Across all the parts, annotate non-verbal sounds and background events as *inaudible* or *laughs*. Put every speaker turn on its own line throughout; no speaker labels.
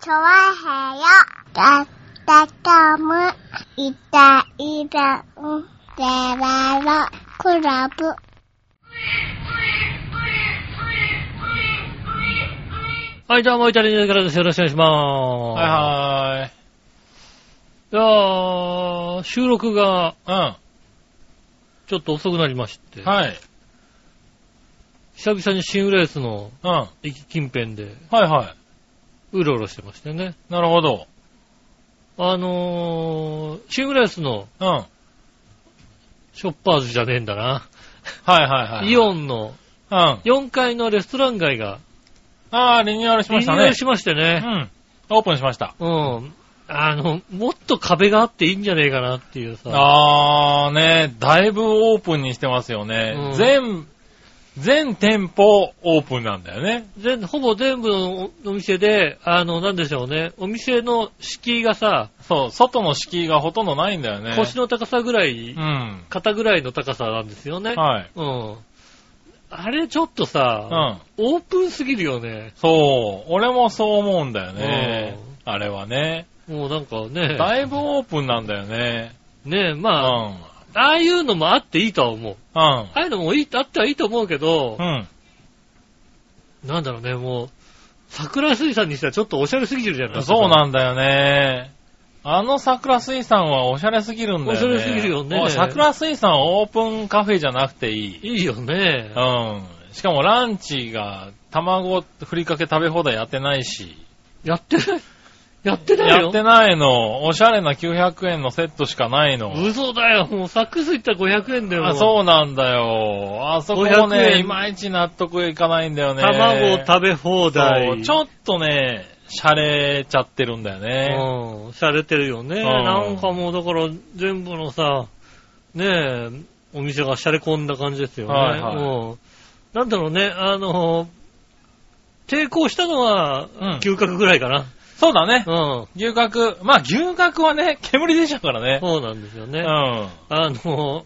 チョワヘヨだったかむいたいたんでららクラブ
はい、どうも、イタリアンからです。よろしくお願いします。
はい
いやー、収録が
は
ちょっと遅くなりまして、
い。うん。はい。
久々に新浦安の
うん。は
駅近辺で
いは
うろうろしてましてね。
い。なるほど。
あのー、新浦安の
うん。はい
ショッパーズじゃねえんだな。
はいはい。
イオ
ン。
ンの
うん。あ
4階のレストラン街が
あー、リニューアルしまし
リニュー
た
ア
ね
ル。しまして
う
ね。
ん。オープンしました。
うん。あの、もっと壁があっていいんじゃねえかなっていうさ。
ああ、ね、だいぶオープンにしてますよ
う
ね
ん。
全、全店舗オープンなんだよね。
全ほぼ全部のお店で、あの、なんでしょうね。お店の敷居がさ、
そう、外の敷居がほとんどないんだよね。
腰の高さぐらい、
うん。
肩ぐらいの高さなんですよね。
はい。
うん。あれちょっと
う
さ、
ん。
オープンすぎるよね。
そう、俺もそう思うんだよね。あれはね。
もうなんかね。
だいぶオープンなんだよね。
ねえ、
う
まあ、
ん。
ああいうのもあっていいとは思う。
うん。
ああいうのもいい、あってはいいと思うけど
う、ん。
なんだろうね、もう、桜水産にしたらちょっとおしゃれすぎてるじゃない
そうなんだよね。あの桜水産はおしゃれすぎるんだよね。
おしゃれすぎるよね
もう桜水産オープンカフェじゃなくていい。
いいよね
う。ん。しかもランチが卵ふりかけ食べ放題やってないし。
やってない。やってない
や
よ
っ。てないの。おしゃれな900円のセットしかないの。
嘘だよ。もうサックス行ったら500円だよ。
あ
う。
そうなんだよ。あそこも
500円
ね、いまいち納得いかないんだよね。
卵を食べ放
そう
題。
ちょっとね、洒落ちゃってるんだよね。
うん、洒落てるよね。
ん
なんかもうだから全部のさ、ねえ、お店が洒落込んだ感じですよね。
はいはい
うんなんだろうね、あの、抵抗したのは
うん
嗅覚ぐらいかな。
そうだね。
うん。
牛角。まあ、牛角はね、煙出ちゃうからね。
そうなんですよね。
う
あの、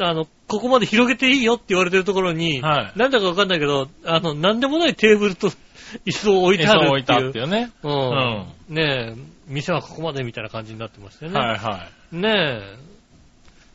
あの、ここまで広げていいよって言われてるところに、
はい
なんだかわかんないけど、あの、なんでもないテーブルと椅子を置い
ん。
てあ
餌を置
る
い
って
た
いう。
っていうね。
う。
うんん。
ねえ、店はここまでみたいな感じになってましたよね。
はいは
ねえ。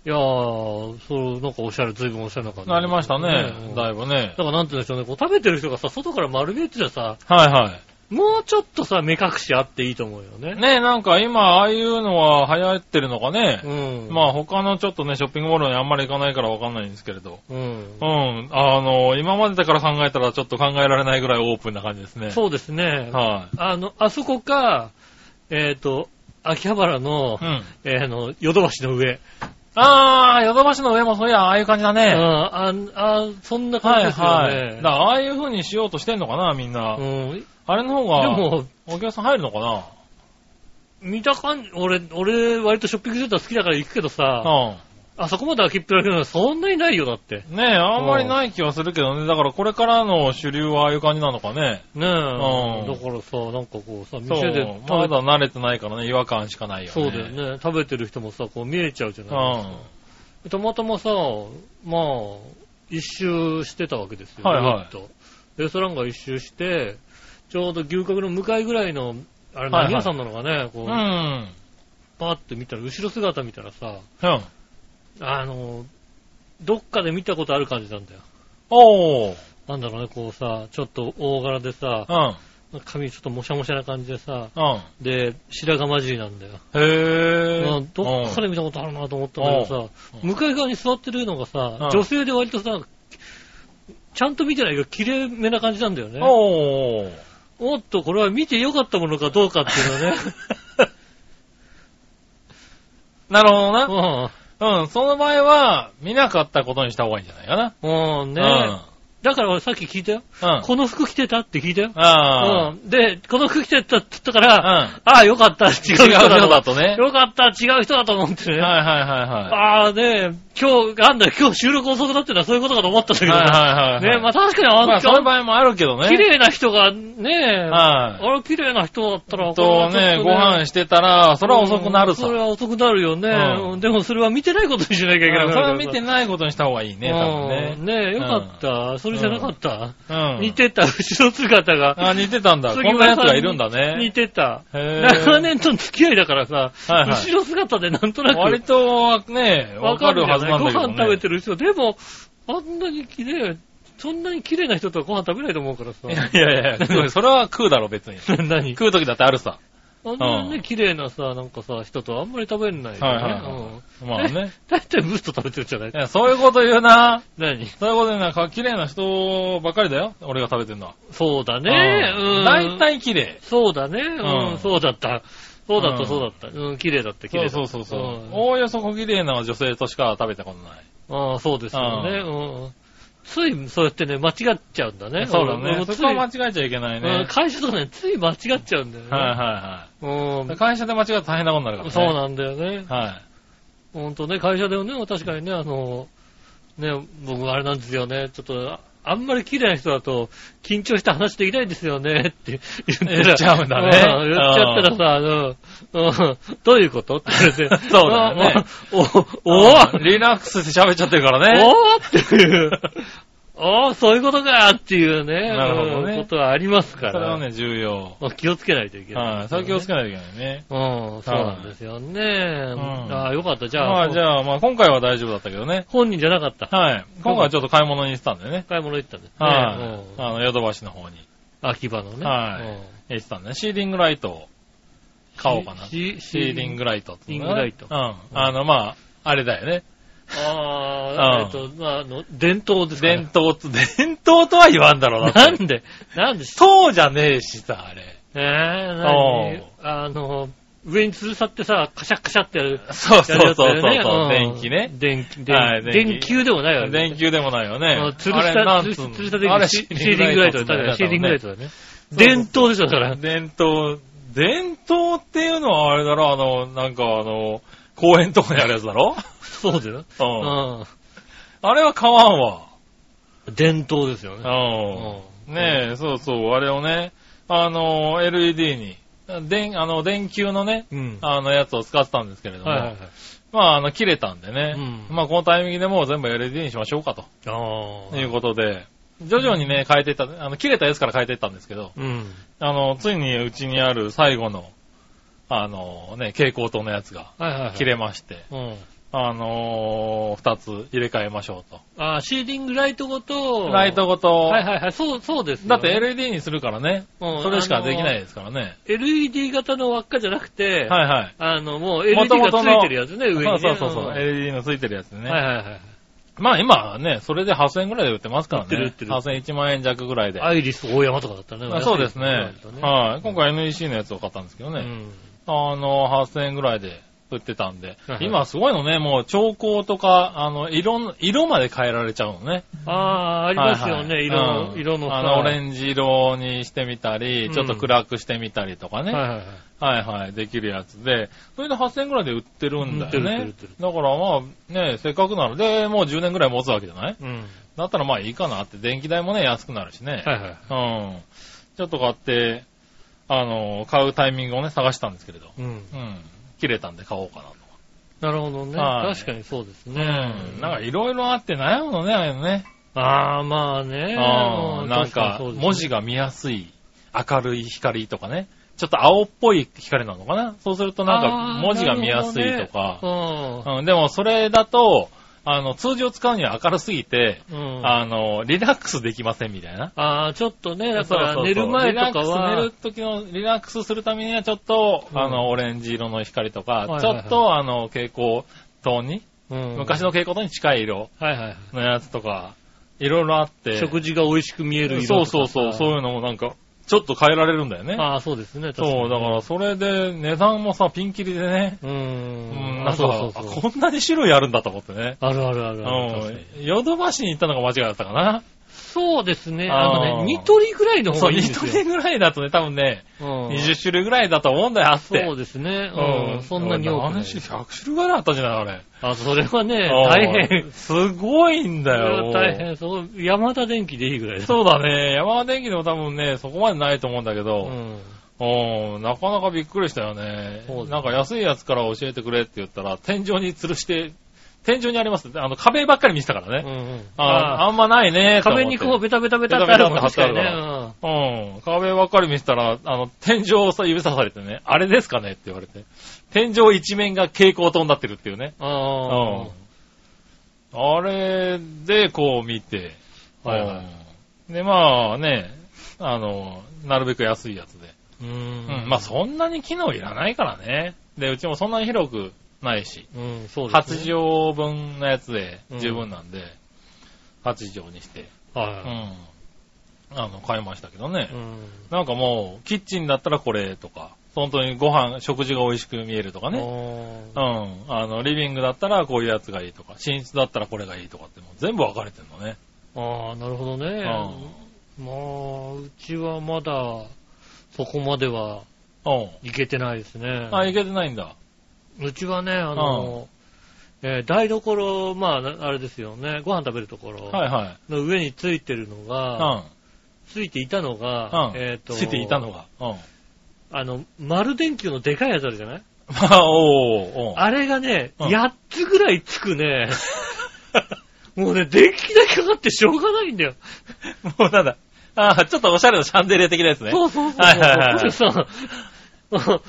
いやー、そう、なんかおしゃれ、ずいぶんおしゃれな感
い。
じ。
なりました
う
ね
ん。
だ
だ
いぶね。
からなんて言うんでしょうね、こう食べてる人がさ、外から丸見えてたらさ、
はいは
もうちょっとさ、目隠しあっていいと思うよね。
い。ねえ、なんか今、ああいうのは流行ってるのかね。
うん。
ま
あ。
あ他のちょっとね、ショッピングモールにあんまり行かないからわかんないんですけれど。
うん
う。ん。あの、今までだから考えたらちょっと考えられないぐらいオープンな感じですね。
そうですね。
はい。
あの、あそこか、えっ、と、秋葉原の
う、ん。
えーあの、ヨドバシの上。
ああ、ヨドバシの上もそういや、ああいう感じだ
うん、
ね。
あん、あ、そんな
は
感じ
い
ですよ
は
ね。
い。だからああいう風にしようとしてんのかな、みんな。
うん。で
あれの方が、
も、
お客さん入るのかな
見た感じ、俺、俺、割とショッピングセンター好きだから行くけどさ、
うん。
あそこまで開きっぺらげるのはそんなにないよ、だって。
ねえ、あんまりない気はするけどね。だからこれからの主流はああいう感じなのかね。
ねえ。
うん
だからさ、なんかこうさ、
そ
店で
う。
食
ま
べ、
だ慣れてないからね、違和感しかないよね。
そうだよ。ね。食べてる人もさ、こう見えちゃうじゃ
う
ない
ん。
たまたまさ、まあ、一周してたわけですよ。
はいはい
ぐるっとレストランが一周して、ちょうど牛角の向かいぐらいの、あれ
はいは
何
い
屋さんなのかね、こ
う
う、
ん。
パーって見たら、後ろ姿見たらさ、
うん。
あの、どっかで見たことある感じなんだよ。
おー。
なんだろうね、こうさ、ちょっと大柄でさ
う、ん。
髪ちょっともしゃもしゃな感じでさ、
うん。
で、白髪まじりなんだよ。
へ
まあ
ー。
どっかで見たことあるなと思ったんだけどさ、
うん
向かい側に座ってるのが
う
さ
ん、
女性で割とさ、ちゃんと見てないけど、綺麗めな感じなんだよ
うん
ね。
おー。
おっと、これは見てよかったものかどうかっていうの
*laughs*
はね。
なるほど
うん
な。うん。その場合は、見なかったことにした方がいいんじゃないかな。
うん、ね、だから俺さっき聞いたよ。
うん。うん。
この服着てたって聞いたよ。
あ
うん、で、この服着てたって言ったから、
あ。うん。
ああ、よかった、違う人
違う
だ
人だ
と。
とね。
よかった、違う人だと思って
はい
ね。
はいはいは
ああね、今日、なんだ、今日収録遅くなってのはそういうことかと思ったんだけ
い。
ど。
はいはいはいはい。
ね、まあ確かにあん
まあ、そういう場合もあるけどね。
綺麗な人がね、
はい。
あれ綺麗な人だったら、
と
これはち
ね
ょ、っ
ご飯してたら、それは遅くなるさ。
うんそれは遅くなるよね。
うん
うんでもそれは見てないことにしなきゃいけない
うん
か
それ
ら。
は見てないことにした方がいいね、多分
うんねえ、よかった。そそれじゃなかった、
うん。
似てた、後ろ姿が。
あ、似てたんだ。こ
杉
ん
村
な
さ
奴がいるんだね
似。てた。
へー
長年との付き合いだからさ、
はいはい
後ろ姿でなんとなく。
割と、ね、わかるはずなんだけど
ご
ね。
飯食べてる人、でも、あんなに綺麗、そんなに綺麗な人とはご飯食べないと思うからさ。
いやいやいやそう、それは食うだろ、別に。
*laughs* 何
食う時だってあるさ。
あんなね、綺麗なさ、なんかさ、人とあんまり食べれないよね。
はいはいはい
うん
まあね。
だいたいブスと食べてるじゃない
いやそういうこと言うな。
何
そういうこと言うな。か綺麗な人ばっかりだよ。俺が食べてるのは。
そうだね。うん。
大体綺麗。
そうだね。う、
うんん
そうだった。そうだっ
う
た、
ん
そうだった。うん、綺麗だった、綺
そ
麗だ
う
った。
そうそうそう。
ん
おおよそ小綺麗な女性としか食べたことない。
ああ、そうですよね。うん。つい、そうやってね、間違っちゃうんだね。
そうだ
俺も
ね。
つい
そこは間違えちゃいけない
うん
ね。
会社とかね、つい間違っちゃうんだよね。
はいは
う
いはい。
ん。
会社で間違えたら大変なことになるからね。
そうなんだよね。
は
ほんとね、会社でもね、確かにね、あの、ね、僕あれなんですよね、ちょっと、ああんまり綺麗な人だと、緊張して話できないですよね、って言ったら
言っちゃうんだね
ん言っちゃったらさ、あの、うん、どういうことって言われて。
*laughs* そうだよね
あ。お、
い。
お、お
うんリラックスして喋っちゃってるからね。
おーっていう。おー、そういうことかっていうね。
なるほどね
うんことはあります
そ
から。
れはね、重要。
まあ気をつけないといけない。
はい。それは気をつけないといけないね。
うん、そうなんですよね。
ん
ああ、よかった。じゃあ、
まあじゃあ、まあ今回は大丈夫だったけどね。
本人じゃなかった。
はい。今回はちょっと買い物に行ってたんでね。
買い物行ったんですね。
はい。
うん
あの、ヨドバシの方に
秋葉のね。
はい
うん
行ってたんでね。シーリングライトを買おうかな。シ
シシ
ーリングライトっていうのかな
シーリング
う
ラ
ん。あの、まあ、あれだよね。
ああ、え
うん
っと、まあ、あの、伝統ですか
伝
ね。
統と、 *laughs* 伝統とは言わんだろうな。
*laughs* なんで、なんで、
そうじゃねえしさ、あれ。
えー、何あの、上に吊るさってさ、カシャカシャってやる。
そうそうそうそう
やるやつだよ
そ
ね
う。電気ね。
電気、
はい
電
電気
電球でもないよね。
電球でもないよね。
あ吊る
あれ
さ、
なん
吊る
つ
し
うの
吊るさ電
あれ
気、シーリングライトだね。シーリングライトだね。伝統でしょ、だから。
伝統、伝統っていうのはあれだろ、あの、なんかあの、公園とかにあるやつだろ
そうだよ。
うん。
う
あれは買わんわ。
ん。伝統ですよね。
うん。ねえ、そうそう、あれをね、あの、LED に、電、あの、電球のね、
うん。
あの、やつを使ってたんですけれども、
はいはいはい。
まあ、あの、切れたんでね、
うん
まあ、このタイミングでもう全部 LED にしましょうかと、
ああ。
いうことで、徐々にね、変えていった、あの、切れたやつから変えていったんですけど、
うん。
あの、ついにうちにある最後の、あのね、蛍光灯のやつが
はいはいはい。
切れまして、
うん。
あのー、二つ入れ替えましょう
ああ、シーリングライトごと。
と。ライトごと、
はいはいはい。そう、そうですよ
だ
ね。
って LED にするからね、
うん
それしかできないですからね。
LED 型の輪っかじゃなくて、
はいはい。
あの、もう
元
LED がつ
々の
いてるやつね、上にね。
そうそうそうそう、
ん
LED のついてるやつね。
はいはいはい。
まあ今はね、それで8000円ぐらいで売ってますからね。
売ってる売ってる
8000、1万円弱ぐらいで。
アイリス大山とかだったらね。
まあそうですね。
は
はい。今回 NEC のやつを買ったんですけど
い。う
ね。
ん。
あの、8000円ぐらいで売ってたんで
いは。い
今すごいのね、もう調光とか、あの、色、色まで変えられちゃうのね。
ああ、ありますよね、色の、色のさ。
あの、オレンジ色にしてみたり、ちょっと暗くしてみたりとかね。
は
は
は
い
いはい。
いはい、できるやつで、それで8000円ぐらいで売ってるんだよ
売ってる売
ね
ってる売ってる。
だからまあ、ね、せっかくなので、もう10年ぐらい持つわけじゃない
うん。
だったらまあいいかなって、電気代もね、安くなるしね。
はいはい。
うん。ちょっと買って、あの、買うタイミングをね、探したんですけれど。
うん。
うん。切れたんで買おうかなと。
なるほどね。
はい
確かにそうです
う
ね。
ん。なんかいろいろあって悩むのね、ああいうのね。
ああ、まあね。う
ああ、な
確
ん
に
か、
そうですね
文字が見やすい、明るい光とかね。ちょっと青っぽい光なのかなそうするとなん
あー
か文字が見やすいとか。
な
うん、でもそれだと、あの、通常使うには明るすぎて、
るほどねうん。うん。
あの、リラックスできませんみたいな。
ああ、ちょっとね、だか
そう
ら
そう
寝
そう
る前とかは、
リラックス寝る時のリラックスするためにはちょっと、
うん
あの、オレンジ色の光とか、
いはい
ちょ
はい
っと、あの、蛍光灯に、
うん
昔の、蛍光灯に近い色
はいはいは
のやつとか、いろいろあって、
い、食事が美味しく見える
そ
色
うそうそう、そう
う。
いうのもなんか、ちょっと変えられるんだよね。
ああ、そうですね、確かに
そう、だからそれで値段もさ、ピンキリでね、
う
う
ー
ん、
ん。
な
あ、
ん
そうそう
か、
そう。
こんなに種類あるんだと思ってね。
あるあるあ
う
るある。確かに
ん、ヨドバシに行ったのが間違いだったかな。
そうですね。あ
あー
のね、ニトリぐらいの方
そう、
がいいん
ニ
です
ト
よ。
リぐらいだとね、多分ね、
うん
20種類ぐらいだと思うんだよ、あって。
そうですね。うん。そんなに多くない。
話100種類ぐらいあったんじゃないあれ。
あ、それはね、大
う
変
ん。。すごいん
そ
だ
れ
よ。
は大変。そう、山田電機でいいぐらいだ。
そうだね。ヤマハ電機でも多分ね、そこまでないと思うんだけ
う
ど、
ん。
うん、なかなかびっくりしたよね
そうだ。ね
なんか安いやつから教えてくれって言ったら、天井に吊るして、天井にあります。あの、壁ばっかり見せたから
うん
ね。
うん。
あ
あ
ーあんまないね。
壁にこう、
う。
ベタベタベタってあるもん
ベ
確
タ
か
ベ
に
タ
ね。
ってあるうん。壁ばっかり見せたら、あの、天井をさ、指さされてね、あれですかねって言われて。天井一面が蛍光灯になってるっていうね。
うんあー
あれで、こう見て。
はいはい
うんで、まあね、あの、なるべく安いやつで。
う
うん
ん。
まあそんなに機能いらないからね。で、うちもそんなに広くないし。
うん、そうです、ね。
8畳分のやつで十分なんで、8畳にして、う
は
ん。あの、買いましたけどね
い。う。ん。
なんかもう、キッチンだったらこれとか、本当にご飯、食事が美味しく見えるとかね。う
ね。
ん。あの、リビングだったらこういうやつがいいとか、寝室だったらこれがいいとかって、もう全部分かれてるのね。
ああ、なるほど
う
ね。
ん
まあ、うちはまだ、そこまでは
うん。
いけてないですね。
あ、いけてないんだ。
うちはね、あの、えー台所、まあ、なあれですよね、ご飯食べるところ
はいはい。
の上についてるのが、
う
ついていたの
ん。
が
う、ん。
えっと、
ついていたのが。うん。 *laughs*
あの、丸電球のでかいやつあるじゃない
まあ、おーおー
あれがね、
うん
8つぐらいつく
*laughs*
ね、もうね、電気代かかってしょうがないんだよ。
もうなんだ。あーちょっとおしゃれなシャンデリア的なやつね。
そうそうそう。
はいはいはいはい
それさ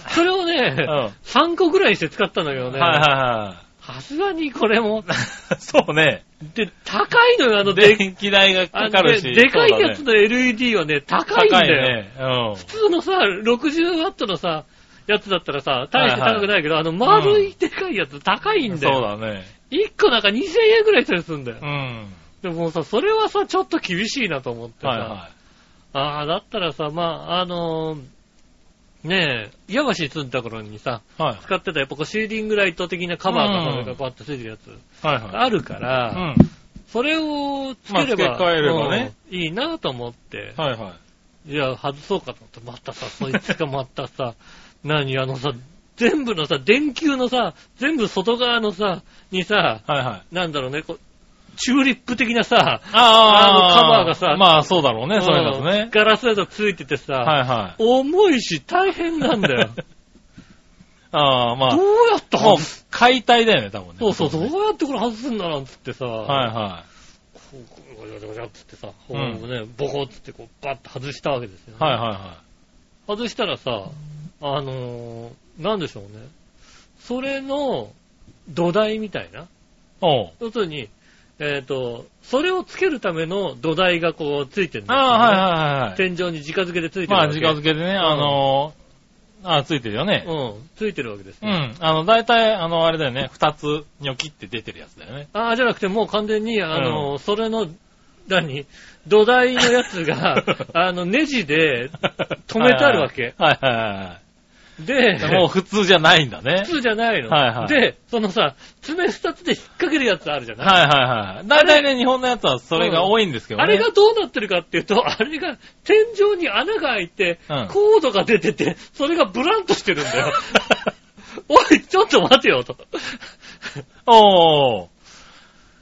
それを
う
ね
ん。、はい
3個ぐらいして使ったんだけど
はい
ね。
はい。
さすがにこれも。
*laughs* そうね。
で、高いのよ、あの電
電気代が
あ
か
の
かるし。
ねでかいやつ
そう
の LED はね、高
だ
いん
ね高
だ
い
よ。
ね。うん。
普通のさ、60ワットのさ、やつだったらさ、大して高くないけど、あの丸いでかいやつ高いんだ
そう
よ。
だね。
1個なんか2000円ぐらいしたりするんだよ
う。ん。
でももうさ、それはさ、ちょっと厳しいなと思ってさ、
はいは
ああ、だったらさ、まあ、あのーねえ、岩橋に住んだ頃にさ、
い。はい。
使ってたやっぱこうシーリングライト的なカバーとか
うん
がバッとついてるやつ、
はいはい。
あるから、
うん。
それをつければ,、
まあ付け替えればね
うんいいなと思って、
はいはい。
じゃあ外そうかと思って、またさ、そいつがまたさ、 *laughs* 何あのさ、全部のさ、電球のさ、全部外側のさ、にさ、
はいはい。
なんだろうね、こう、チューリップ的なさ、
あ
あのカバーがさ
まあそうだろうね、そういうの
うん
ね。
ガラスだとついててさ、
はいはい。
重いし大変なんだ
*laughs*
よ。
ああ、ま
ど
あ
う。やった
もう
外す、
解体だよね、多分ね。
そうそう、どう
ね
やってこれ外すんだなんつってさ、
はいは
こうごちゃごちゃごちゃっつってさ、こう
うん
ね、ボコっつってこう、バッと外したわけですよ、ね
い。はいは
外したらさ、あのー、なんでしょうね。それの土台みたいな。
いはい。おう。
要するに、えっ、と、それをつけるための土台がこう、ついてるんだよ、
ああ、はいはいはいはい。
天井に直付けでついてる
まあ
わけ。
自家付けでね、あのー、ああ、ついてるよね。
うん、ついてるわけです
う
よ。
ん。あの、大体、あの、あれだよね。二つ、ニョキって出てるやつだよね。
ああ、じゃなくてもう完全に、あの、それの、何土台のやつ
*laughs*
が、あの、ネジで *laughs* 止めてあるわけ。
はいはいは
で
い、はい。もう普通じゃないんだね。
*laughs* 普通じゃないの。
はいはい
で、そのさ、爪二つで引っ掛けるやつあるじゃない、
はいはいはい。大体ね、日本のやつはそれが多いんですけどね。
あれがどうなってるかっていうと、あれが天井に穴が開いて、
うん
コードが出てて、それがブランとしてるんだ
*laughs*
よ。おい、ちょっと待てよ、と。
おー。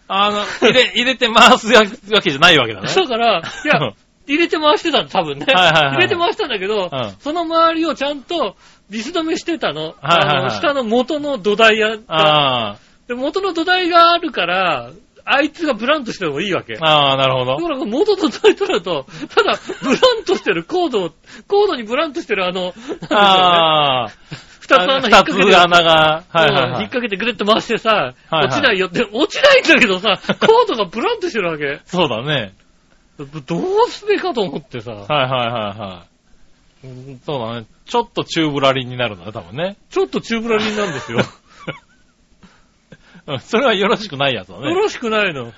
あ
*laughs*
の、入れ、入れて回すわけじゃないわけだね。
だから、いや、入れて回してたの、多分ね。
はいはいはい
入れて回したんだけど、
うん
その周りをちゃんとビス止めしてたの。
はいはいはい
あの下の元の土台や
ああ、
で、元の土台があるから、あいつがブランとしてもいいわけ。だ
ああ、なるほど。
から元の土台取ると、ただ、ブランとしてるコードを、コードにブランとしてるあの、なんで
ああ、
しょうね二つ穴引っ掛けて
二つ穴が、はいはい
うん
は
引っ
い。
掛けてグレッと回してさ、
はいはい
落ちないよって、落ちないんだけど
*laughs*
さ、コードがブランとしてるわけ。
そうだね。
どうすべかと思ってさ、
はいはいはいはい。そうだね。ちょっとチューブラリンになるんだね、多分ね。
ちょっとチューブラリンなん
*laughs*
ですよ。
うんそれはよろしくないやつだね。
よろしくないの。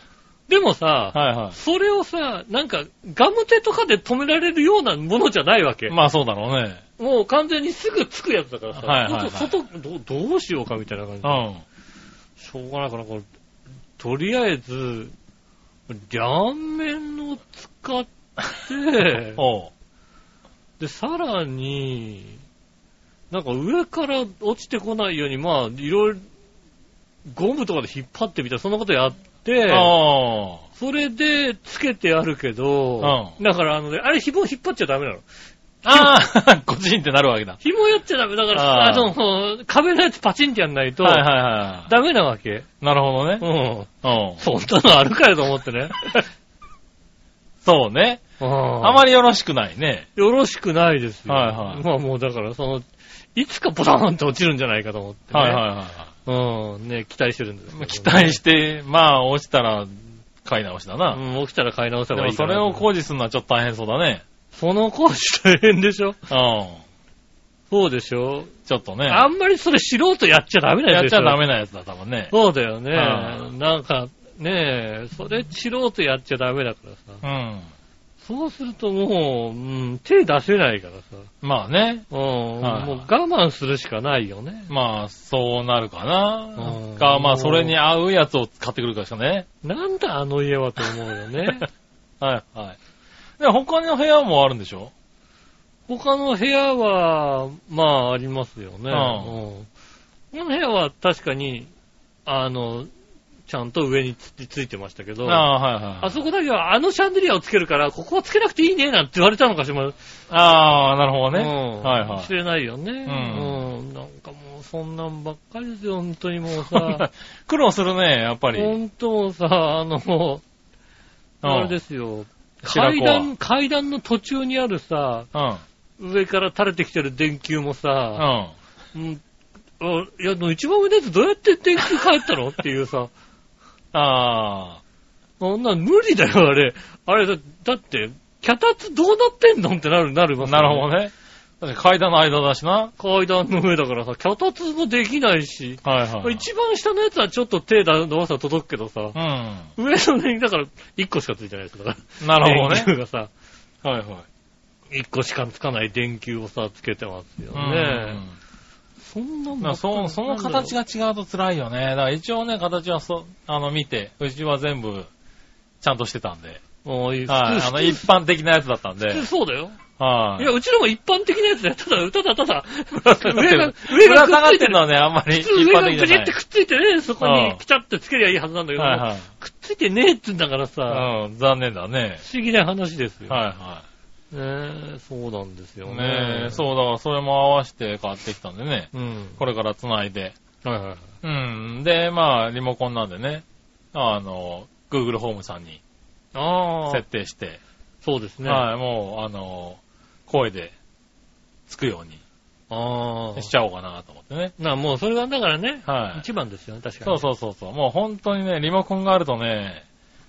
でもさ、
はいは
それをさ、なんか、ガム手とかで止められるようなものじゃないわけ
い。。まあそうだろうね。
もう完全にすぐつくやつだからさ、
はいはいはい
ちょっと外どう、どうしようかみたいな感じ
う
で。しょ
ん。
うがないから、これ、とりあえず、両面を使
*laughs*
って、
おう。
で、さらに、なんか上から落ちてこないように、まあ、いろいろ、ゴムとかで引っ張ってみたいな、そんなことやって、
あ
それでつけてあるけど、
う
だからあのね、あれ紐引っ張っちゃダメなの。
ああ、 *laughs* ごちんってなるわけだ。
紐やっちゃダメだから、あ
あー
の、壁のやつパチンってやんないと、
はいはいは
ダメなわけ。
い。なるほど
う
ね。
ん。
うん。
そんなのあるかよと思
*laughs*
ってね。
そうね。
うん
あまりよろしくないね。
よろしくないですよ。
はいはい
まあもうだから、その、いつかボタンって落ちるんじゃないかと思って、ね。
はいはいは
うん、ね、期待してるんですけど
い。
ね、
期待して、まあ落ちたら買い直しだな。
うん、起きたら買い直せ
で
ばい
も
いか
そ
ら
れを工事するのはちょっと大変そうだね。
その講師大変でしょ
う
そうでしょ、
ん。ちょっとね。
あんまりそれ素人やっちゃダメな
や
やつ
っ
で
ち
し
ゃ
ょ
ダメなやつだ、多分ね。
そうだよね。
う
なんか、ねえ、それ素人やっちゃダメだからさ。
うん。
そうするともう、うん、手出せないからさ。
まあね。
うん、
はい
もう我慢するしかないよね。
まあ、そうなるか
うん
な。か、まあ、それに合うやつを買ってくるかしかね。
なんだあの家はと思うよ
*laughs*
ね。
はい、はい。で、他の部屋もあるんでしょ
他の部屋は、まあありますよね。うんこの部屋は確かに、あの、ちゃんと上につついてましたけど、あ
ああ、はい、はい。
そこだけはあのシャンデリアをつけるから、ここはつけなくていいねなんて言われたのかしら。
ああ、なるほどね。
うん
はいはい
知れないよね。
ん
うんなんかもうそんなんばっかりですよ、本当にもう
*laughs* そん
さ
な。苦労するね、やっぱり。うん。
本当もうさ、あの、もうあれですよ。
白
階
子は
段、階段の途中にあるさ、
うん。うん。
上から垂れてきてる電球もさ、
あ
うん。あいや、でも一番上のやつどうやって電球変えたのっていうさ、 *laughs*
あ
そんな無理だよ、あれ。あれだ、だって、脚立どうなってんのってなる、なる
ー、
ます
なるほ
ど。
どね。だって階段の間だしな。
階段の上だからさ、脚立もできないし、
はいはい。
一番下のやつはちょっと手伸ばしたら届くけどさ
う、ん。
上のね、だから1個しかついてないですから。
なるほどね
電。球がさ、
はいはい。
1個しかつかない電球をさ、つけてますよ
ね
ね。そんなもん
だからそその形が違うと辛いよね。だから一応ね、形はそ、あの、見て、うちは全部、ちゃんとしてたんで。
もういい。
はい。あの、一般的なやつだったんで
普。通そうだよ。
はいい。
や、うちのも一般的なやつだよ。ただ、ただ、ただ、 *laughs* 上が、上
上
が
が
くっ
下がっ
つい
て
てる
るのはね、あんまり
普
一
通上
般
がぐ
的じ
じ
ゃ
っ
ない
て。くっついてね、そこ
う
に
ん
ピタッてつけりゃいいはずなんだけど、
は
くっついてねえっつうんだからさ、
いはい。うん、残念だね。
不思議な話ですよ。
はいは
ねえそうなんですよ
い。
ね。
ねえ、そうだからそれも合わせて買ってきたんでね。
う。ん。
これから繋いで。
はいはいはい。
うん。で、まあ、リモコンなんでね。あの、Google ホームさんに
ああ
設、定して。
そうですね。
はい、もう、あの、声で、つくように
あ
しちゃおうかなと思ってね。
あ。な、もうそれがだからね、
はい。
一番ですよね、確かに。
そうそうそうそう。もう本当にね、リモコンがあるとね、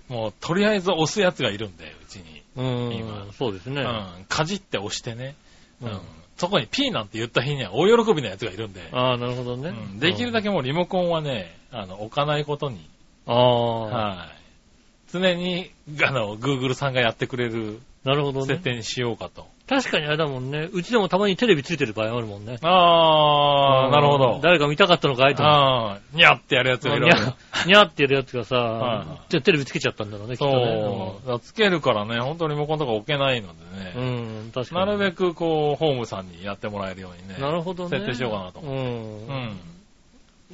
もうとりあえず押すやつがいるんで、うちに。
う。うん
今、
そうです
う
ね。
ん。かじって押してね。う
うん
ん。そこに P なんて言った日には大喜びなやつがいるんで。
ああ、なるほど
う
ね
ん。できるだ
け。
けもうリモコンはね、あの、置かないことに。
ああ、
はい。常に、あの、Google さんがやってくれる
なるほど
設
ね。
定にしようかと。
確かにあれだもんね。うちでもたまにテレビついてる場合あるもんね。う
あー、
ん
なるほど。
誰か見たかったのかいと思って
ああ、にゃってやるやつがいる
*laughs* に
わ
ゃ
けだ。
にゃってやるやつが
はい
さ
は、
じゃあテレビつけちゃったんだろうね、きっと
そ
ね。
う。だからつけるからね、ほんとリモコンとか置けないので
う
ね。
ん、確か
な
に。
るべくこう、ホームさんにやってもらえるようにね。
なるほどね。
設定しようかなと
う
思
ん。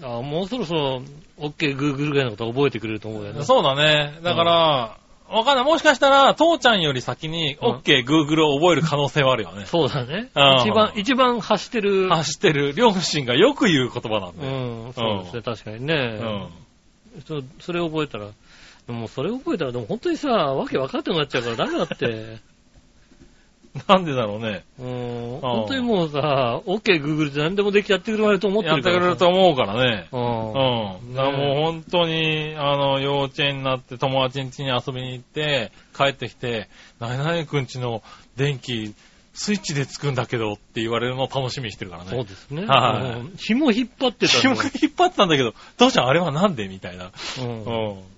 う
あもうそろそろ、OK、Google ぐらいのことは覚えてくれると思うよね
ん。。そうだね。だから、わかんない。もしかしたら、父ちゃんより先に、
うん
OK、Google を覚える可能性はあるよね。
そうだね
あ。ー
一番、一番発してる。
走ってる、両親がよく言う言葉なん
う
で。
ん、そうです
う
ね、
ん
確かに
う
ね
ん。。
そそれを覚えたら、でもそれを覚えたら、でも本当にさ、わけ分かってなっちゃうからダメだ
*laughs*
って。
なんでだろうね。
うん、本当にもうさ、OK、Google で何でもできてやってくれると思って
やっ
る
て
か
く
らさ。
れると思うからね。
うん。
うん。だからもう本当に、あの、幼稚園になって友達ん家に遊びに行って、帰ってきて、何々くんちの電気、スイッチでつくんだけどって言われるのを楽しみにしてるからね。
そうですね。
はい
うん紐引っ張ってた
紐
の
が引っ張ってたんだけど、父ちゃんあれはなんでみたいな、
う
う
ん
ん、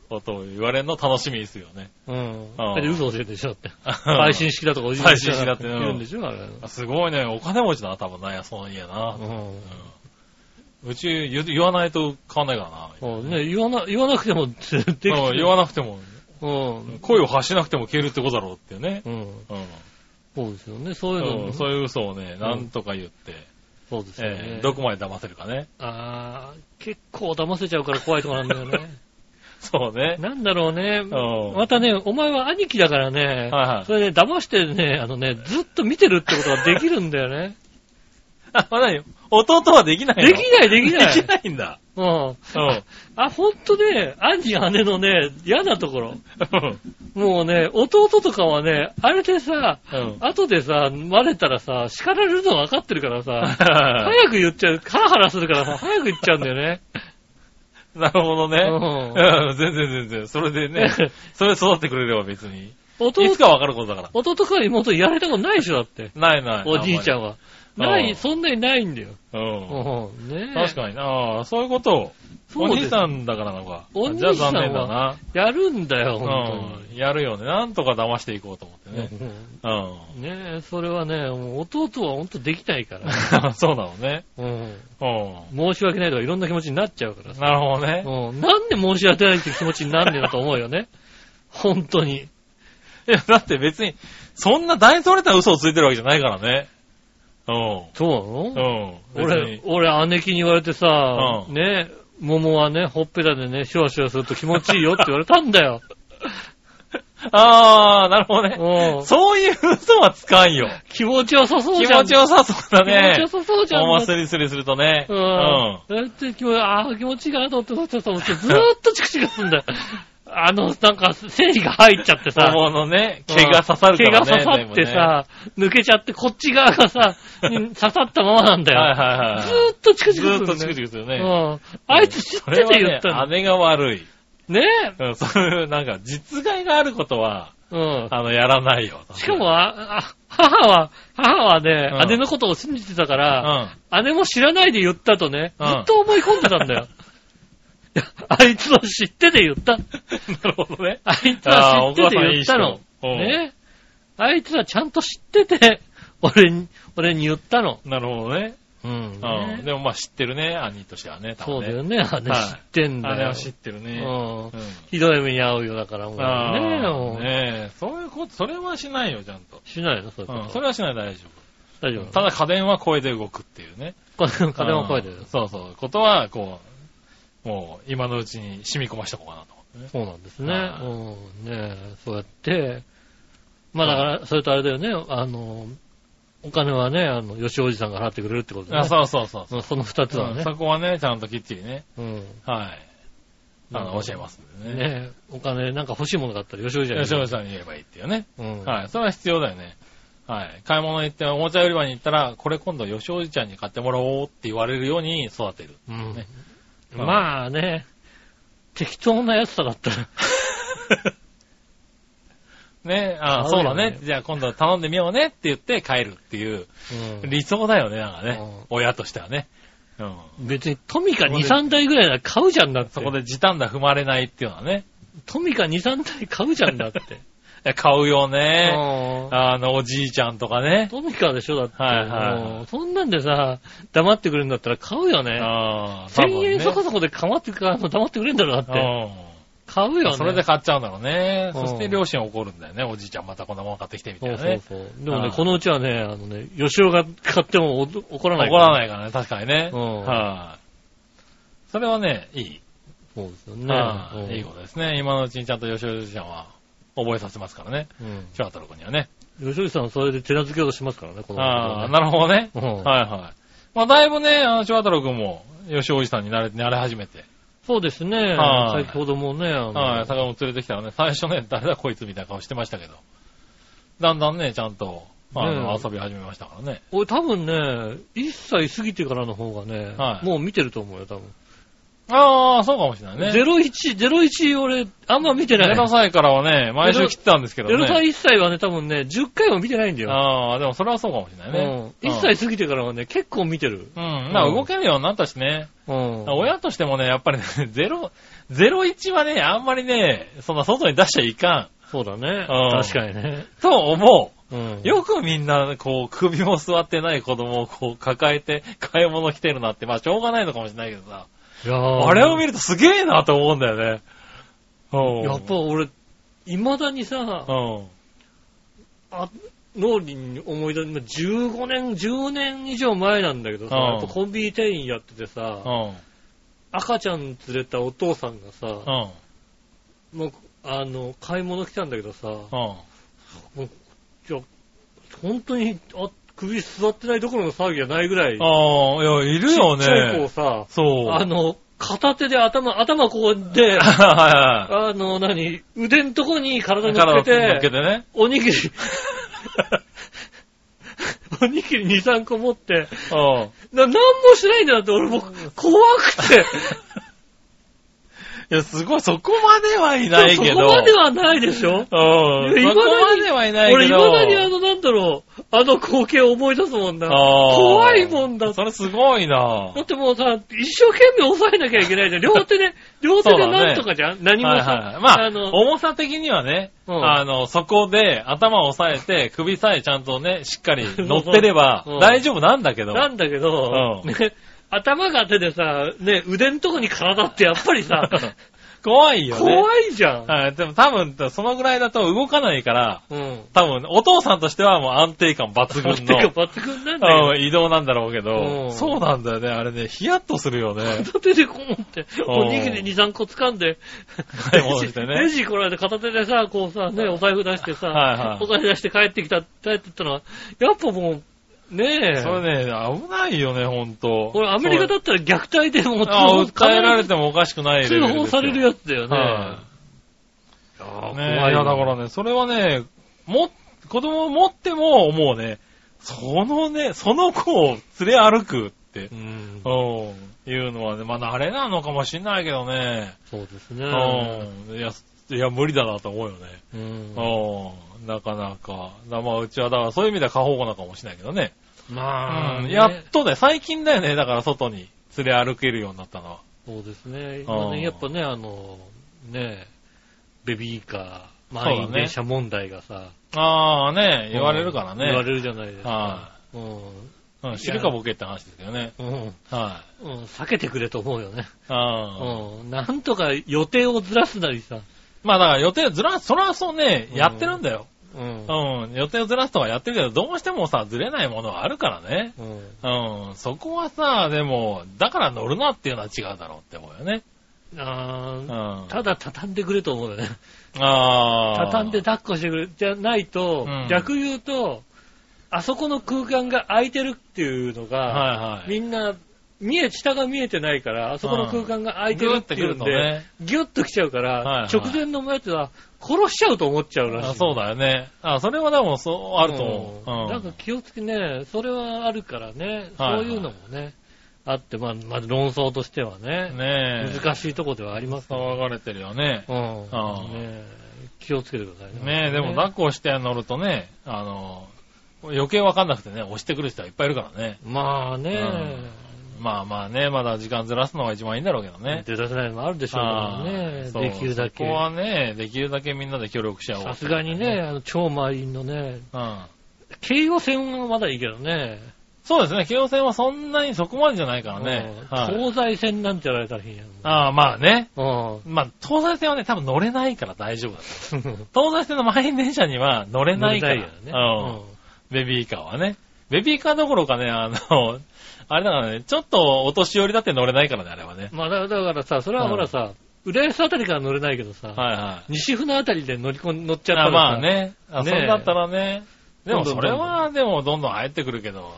ことを言われるの楽しみですよね。
うん。
ああ
だって嘘教えてるでしょって。配信式だとかおじいちゃん
最新式だって
いるんでしょあれ。
すごいね、お金持ちだな、多分な、その家な。
うん。
うち言言わないと買わないからな。
そうね、言わな、言わなくても、できてる
うん言わなくても、
うん。
声を発しなくても消えるってことだろうっていうね。
うん。
うん
そうですよね。そういうの
うん
も。
そういう嘘をね、
ん
なんとか言って、
そうですよ
え
ね
ー。どこまで騙せるかね。 *laughs*
ああ、結構騙せちゃうから怖いとこなんだよね。
そうね。
なんだろうね。
ん
またね、お前は兄貴だからね、
はいはい
それね、騙してね、あのね、ずっと見てるってことができるんだよね。
*laughs* あ、まだよ。弟はできないの
できない、できない。
できないんだ。
うん。
うん。
あ、ほんとね、兄、姉のね、嫌なところ。もうね、弟とかはね、あれでさ、
うん。
後でさ、バレたらさ、叱られるの分かってるからさ、
*laughs*
*laughs*
な
早く言っちゃう、ハラハラするからさ、早く言っちゃうんだよね。
るほどね。
う
うん、全然全然。それ
*laughs*
でね、それ育ってくれれば別に。
弟
いつかわかることだから。
弟から妹やられたことないでしょ、だって。
ないない。
おじいちゃんは。
あんま
な
り
い、そんなにないんだよ。
あんまり。うん。
うんねえ
確かにな。あーそういうことを。
そ
お
う
兄
です
さんだからなのか。
お兄
じゃ
さ
あ
んは
残念だな。
やるんだよ、本
うん。やるよね。なんとか騙していこうと思って
当に
ね。。うん。
う
*laughs*
んねえ、それはね、もう弟は本当できないから。
そうなのね。
うん
う
申し訳ないとかいろんな気持ちになっちゃうから
ん。
さ。
なるほどね。
うんなんで申し訳ないっていう気持ちになんねえだと思うよね。本当に。
いや、だって別に、そんな大それた嘘をついてるわけじゃないからね。う。
そうんなの
うん。
俺、俺、姉貴に言われてさ、
うん
ね、桃はね、ほっぺたでね、シュワシュワすると気持ちいいよって言われたんだ
*laughs*
よ。
あー、なるほどね。
うん
そういう嘘はつかんよ。
気持ちよさそう
気
じゃん。
持ちよさそうだね。
気持ちよさそうじゃん。
おまスリスリするとね。
う。
うんん。
だって気持ち、ああ、気持ちいいかなと思って、そうちょっと思って、ずーっとチクチクすんだ
*laughs*
よ。あの、なんか、繊維が入っちゃってさ。
桃のね、毛が刺さるからね。
毛が刺さってさ、抜けちゃって、こっち側が
*laughs*
さ、に刺さったままなんだ
でもね。はい
よ。
はいはい。
ずーっとチクチ
ず
クする
ー
んだよ。
っとチクチクするよね。
うん。あいつ知ってて言った
それは
の。
ね姉が悪い。
ね
うん、そういう、なんか、実害があることは、
うん。
あの、やらないよ。
しかも、あ、あ母は、母はね、
うん
姉のことを信じてたか
うん、
ら、姉も知らないで言ったとね、ず
うん
っと思い込んでたんだ
*laughs*
よ。いやあいつは知ってて言った。
なるほどね。
あいつ
ああ、
は
お
知ってて
母さんい
言
い
った
人。
の。
うん
ねあいつはちゃんと知ってて、 *laughs* 俺に、俺に言ったの。
なるほどね。
うん
うん。でもまあ知ってるね、兄としてはね、多
そう
分
だ
ね。
よね、あれ知ってんだよ。
姉は知ってる
う
ね。
ん
うん。
ひどい目に遭うよ、だからもうね。も
ああ、
う
ねえ、そういうこと、それはしないよ、ちゃんと。
しないの、そういうこ
うん、そ
と。
れはしない大丈
大丈
夫。
夫
ただ家電は声で動くっていうね。
金金を超えて
う
る
ん。そうそう。ことは、こう、もう、今のうちに染み込ましておこうかなと思ってね。
そうなんですね。
は
うん、ねえそうやって、まあだから、それとあれだよね、あの、お金はね、あの、吉おじさんが払ってくれるってことだ
あ、
ね。
そうそうそうそう
うんその二つは
うん
ね。
そこはね、ちゃんときっちりね。
うん。
はい。あ
う
の、
ん
教えますんでね。
ねえお金なんか欲しいものがあったら吉おじさんに。
吉野さんに言えばいいっていうね。
うん。
はい。それは必要だよね。はい。買い物行って、おもちゃ売り場に行ったら、これ今度吉おじちゃんに買ってもらおうって言われるように育てる。
うん
ね
まあね、適当なやつさだったら。
ね。あ
買
そうう
よ
だ
ね
ね。じゃあ今度頼んでみようねって言って帰るっていう。
うん
理想だよね、なんかね。親としてはね。うん。
別にトミカ2、3台ぐらいなら買うじゃんだって。
そこで時短だ踏まれないっていうのはね。
トミカ2、3台買うじゃんだって。
いや買うよ *laughs* ね。
うん
あの、おじいちゃんとかね。
トミカでしょだって。
はいはい
もうそんなんでさ、黙ってくれるんだったら買うよね。
ああ、多分
1000
ね
円そこそこでかまってくあの黙ってくれるんだろうなって。買うよ
うん。
ね。
それで買っちゃうんだろうね。
うん
そして両親怒るんだよね。おじいちゃんまたこんなもん買ってきてみた
そ
いうな
そう
ね。
そう。でも
あ
ね、
あ
このうちはね、あのね、吉尾が買ってもおど怒らない
怒ら
い。
ないからね、確かにね。
うん
はい。それはね、いい。
そうですよ
は
ね。
いいいことですね。今のうちにちゃんと吉尾ちゃんは覚えさせますからね。
うん。
小太郎君にはね。
吉尾さんはそれで手なずけようとしますからね、この
ああ、なるほどね。
ほ
はいはい。まあ、だいぶね、あの、小太郎君も、吉尾おじさんに慣れ、慣れ始めて。
そうですね。
はい
先ほどもね、あの
はい、坂本連れてきたらね、最初ね、誰だこいつみたいな顔してましたけど、だんだんね、ちゃんと、あの、
ねえ
遊び始めましたからね。
俺多分ね、1歳過ぎてからの方がね、
はい
もう見てると思うよ、多分。
ああ、そうかもしれないね。
01、01俺、あんま見てない。
0歳からはね、毎週切ってたんですけど
0歳、
ね。
1歳はね、多分ね、10回も見てないんだよ。
ああ、でもそれはそうかもしれないね。
うん、1歳過ぎてからはね、結構見てる。
うん。うん、まあ動けるようになったしね。
うん。
親としてもね、やっぱりね、0、01はね、あんまりね、そんな外に出しちゃいか
そうだね。
うん
確かにね。
ん、と思う。
うん。
よくみんな、こう、首も座ってない子供をこう、抱えて、買い物来てるなって、まあ、しょうがないのかもしれないけどさ。
いやー
あれを見るとすげえなと思うんだよね。うん
やっぱ俺、未だにさ、
うん。
あ脳裏に思い出す15年、10年以上前なんだけどさ、
うん
やっぱコンビニ店員やっててさ、
うん。
赤ちゃん連れたお父さんがさ、
うん。
もう、あの、買い物来たんだけどさ、
うん。
いや本当に、あ、首座ってないどころの騒ぎじゃないぐらい、
ああ、いや、いるよ
ちっちゃい子を
ね。
さ、
そう。、
あの、片手で頭、頭こうで
は
あの、何、腕のとこに
いは
体
い。
乗っ
体を乗っ
けて、
けてね。
おにぎり、 *laughs* おにぎり2、3個持って、
うん。
な、なんもしないんだなって、俺もう怖くて。
いや、すごい、そこまではいないけど。
そこまではないでしょ
うん。
いや未
そこ
だに
まではいない
俺、
け
い
ど。
まだにあの、なんだろう、あの光景を思い出すもんな。
あー
怖いもんだって
それすご
*laughs*
いな
だってもうさ、一生懸命抑えなきゃいけないじゃん。両手
*laughs*
で、両手でなんとかじゃん、何も
はい
さ、
はい。まあ、
あの、
重さ的にはね、
うん
あの、そこで頭を押さえて、首さえちゃんとね、しっ
*laughs*
かり乗ってれば
うん
大丈夫なんだけど。
なんだけど、
うん
ね、頭が手でさ、ね、腕のとこに体ってやっぱりさ、
*laughs* 怖いよね。
怖いじゃん。
はい、でも多分、そのぐらいだと動かないから、
うん。
多分、お父さんとしてはもう安定感抜群
て
の
か、抜群なんだ
う
よ。
ん移動なんだろうけ
うん
ど、そうなんだよね、あれね、ヒヤッとするよね。
片手でこう持って、
うん
おにぎり2、3個掴んで、
買い物
*laughs*
してね
レジレジこらえて片手でさ、こうさ、ね、お財布出してさ、
はいはい
お財布出して帰ってきた、帰ってったのは、やっぱもう、ねえ、
それね、危ないよね、ほんと。
これアメリカだったら虐待でもう
そうあ
通報
訴えられてもおかしくないレベ
通
ルですよ
報されるやつだよね。
はい
やー
ねえ、いや、だからね、それはね、も、子供を持っても、もうね、そのね、その子を連れ歩くって
う、ん
うん、いうのはね、まあ、慣れなのかもしんないけどね、
そうです
う
ね。
ん、いや、いや、無理だなと思うよね。
うん
うん、なかなか。だまあ、うちは、だからそういう意味では過保護なのかもしんないけどね。
まあ
うん、
ね、
やっとね、最近だよね、だから外に連れ歩けるようになったのは。
そうですね。
うん
今ね、やっぱね、あの、ねえ、ベビーカー、
そうだね
満員電車問題がさ、
ああ、ね、言われるからね。
言われるじゃないですか
は。
うん。
うん、知るかボケって話ですけどね。
うん。
は
うん避けてくれと思うよね。
い。ああ。
うん。なんとか予定をずらすなりさ。
まあだから予定をずらす、それはそうね、
うん
やってるんだよ。
うん
う。ん、予定をずらすとかやってるけど、どうしてもさ、ずれないものはあるからね。
うん
うん、そこはさ、でも、だから乗るなっていうのは違うだろうって思うよね。
あ
う
ー
ん。
ただ畳んでくれと思うよね。
ああ。
畳んで抱っこしてくれ、じゃないと、
うん
逆言うと、あそこの空間が空いてるっていうのが、
はいはい。
みんな、見え、下が見えてないから、あそこの空間が空いてるっていうん
ぐー
で
って、
ぎゅっと来ちゃうから、
はいはい
直前のやつは殺しちゃうと思っちゃうらしい。
あそうだよね。あそれはでも、そう、あると思う。
ん
うん。
なんか気をつけね、それはあるからね、
はいはい
そういうのもね、あって、まあ、まあ、論争としてはね、
ねえ。
難しいとこではありますけど
騒がれてるよね。
うん
あ
ね
ー
え気をつけてください
ねえ、でも抱っこして乗るとね、あの、余計わかんなくてね、押してくる人はいっぱいいるからね。
まあね、
まあまあね、まだ時間ずらすのが一番いいんだろうけどね。
出だせないのもあるでしょうからね、
そう
できるだけ
そこ。はね、できるだけみんなで協力し合おう。
さすがにね、。あの超満員のね、
うん。
京葉線はまだいいけどね、
そうですね、京王線はそんなにそこまでじゃないからね。
うん
はい、
東西線なんてやられたらいいやん。
ああ、まあね。
うん
まあ、東西線はね、多分乗れないから大丈夫だと思う。
*laughs* 乗
東西線の満員電車には乗れ
れ
ないから。
ね。
うんベビーカーはね。ベビーカーどころかね、あの、 *laughs* あれだからね、ちょっとお年寄りだって乗れないからね、あれはね
う。んまあだだからさ、それはほらさ、浦安あたりから乗れないけどさ、
はいはい。
西船あたりで乗りこん乗っちゃったら
あ
さ
まあね。あ、
ね
そんだったらね。でも
どん
そ
どんどん
れ
どん
は、でもどんどん入ってくるけど、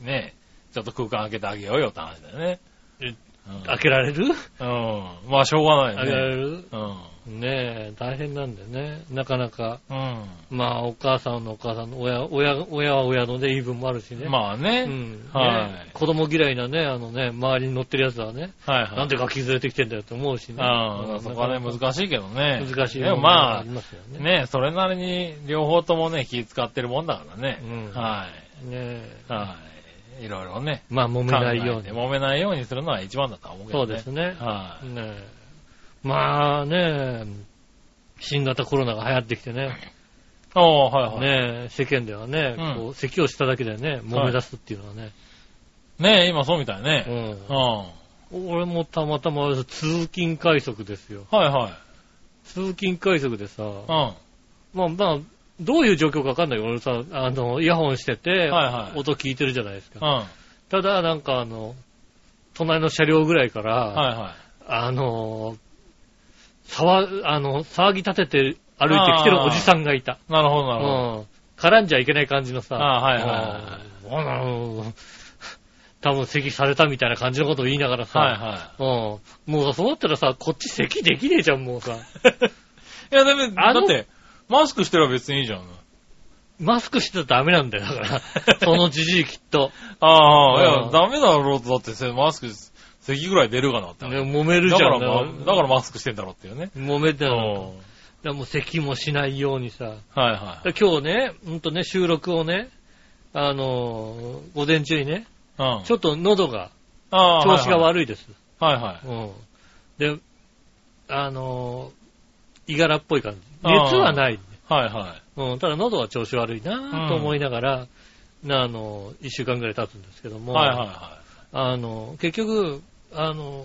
ねちょっと空間開けてあげようよって話だよね。
え
うん
開けられる
うん。まあ、しょうがな
開
い
けられ
よね。
る
うん。
ねえ、大変なんだよね。なかなか。
う
まあ、お母さんのお母さんの親、親、親は親のね、言い分もあるしね。
ん。まあ
あう
ね。
ん。
はい
ね子供嫌いなね、あのね、周りに乗ってるやつはね、
はいはい。
なんでガキ連れてきてんだよって思うしね。
ああ、そこはね、
難
難しいけどね。
難しい。
でもま
あ
あ
り、ますよね。
ねそれなりに両方ともね、気使ってるもんだからね。
うん
は
ねえ。
い。はい。いろいろね。
まあ、揉めないように。
考えて揉めないようにするのは一番だとは思うけ
そ
ど
う
ね。
ですね。
は
ねえまあねえ、新型コロナが流行ってきてね、
い。おー、はいはい。
ねえ世間ではね、
うん
こう咳をしただけでね、揉め出すっていうのはね、
ねえ、今そうみたいね。うん。は
うん、俺もたまたま通勤快速ですよ。
いはい。
通勤快速でさ、
うん。は
まあまあ、どういう状況かわかんないけど、俺さ、あの、イヤホンしてて、
いはい。
音聞いてるじゃないです
うん。
か。
はい
ただ、なんかあの、隣の車両ぐらいから、
は
あの、騒、あの、騒ぎ立てて歩いてきてるおじさんがいた。
なるほど、
う
なるほど。
ん。絡んじゃいけない感じのさ。
あはいはい
うんあの多分咳されたみたいな感じのことを言いながらさ。
はいは
うん。もうそうなったらさ、こっち咳できねえじゃん、もうさ。
い。いや、でも、
あ
だ
の
って、マスクしてれば別にいいじゃん。
マスクしてたらダメなんだよ、だ
*laughs*
から。そのじじいきっと。
ああ、い
うん
や、ダメだろうと、だってせ、マスク、咳ぐらい出るがなって。
ね揉めるじ
だ
ゃ
か
ん。
ら、まだからマスクしてんだろうっていうね。
揉めてた
うん
の。だからもう咳もしないようにさ。
はいは
で
い。
今日ね、うんとね、収録をね、あのー午前中にね、
うん。
ちょっと喉が、
あ
調子が
い。
悪いです。
はいはい。
うん。で、あのー、いがらっぽい感じ。
あー
熱はない。
はいはい。
うん、ただ喉は調子悪いなぁと思いながら、なあのー、一週間ぐらい経つんですけども、
はいはいは
あのー、結局、あのー、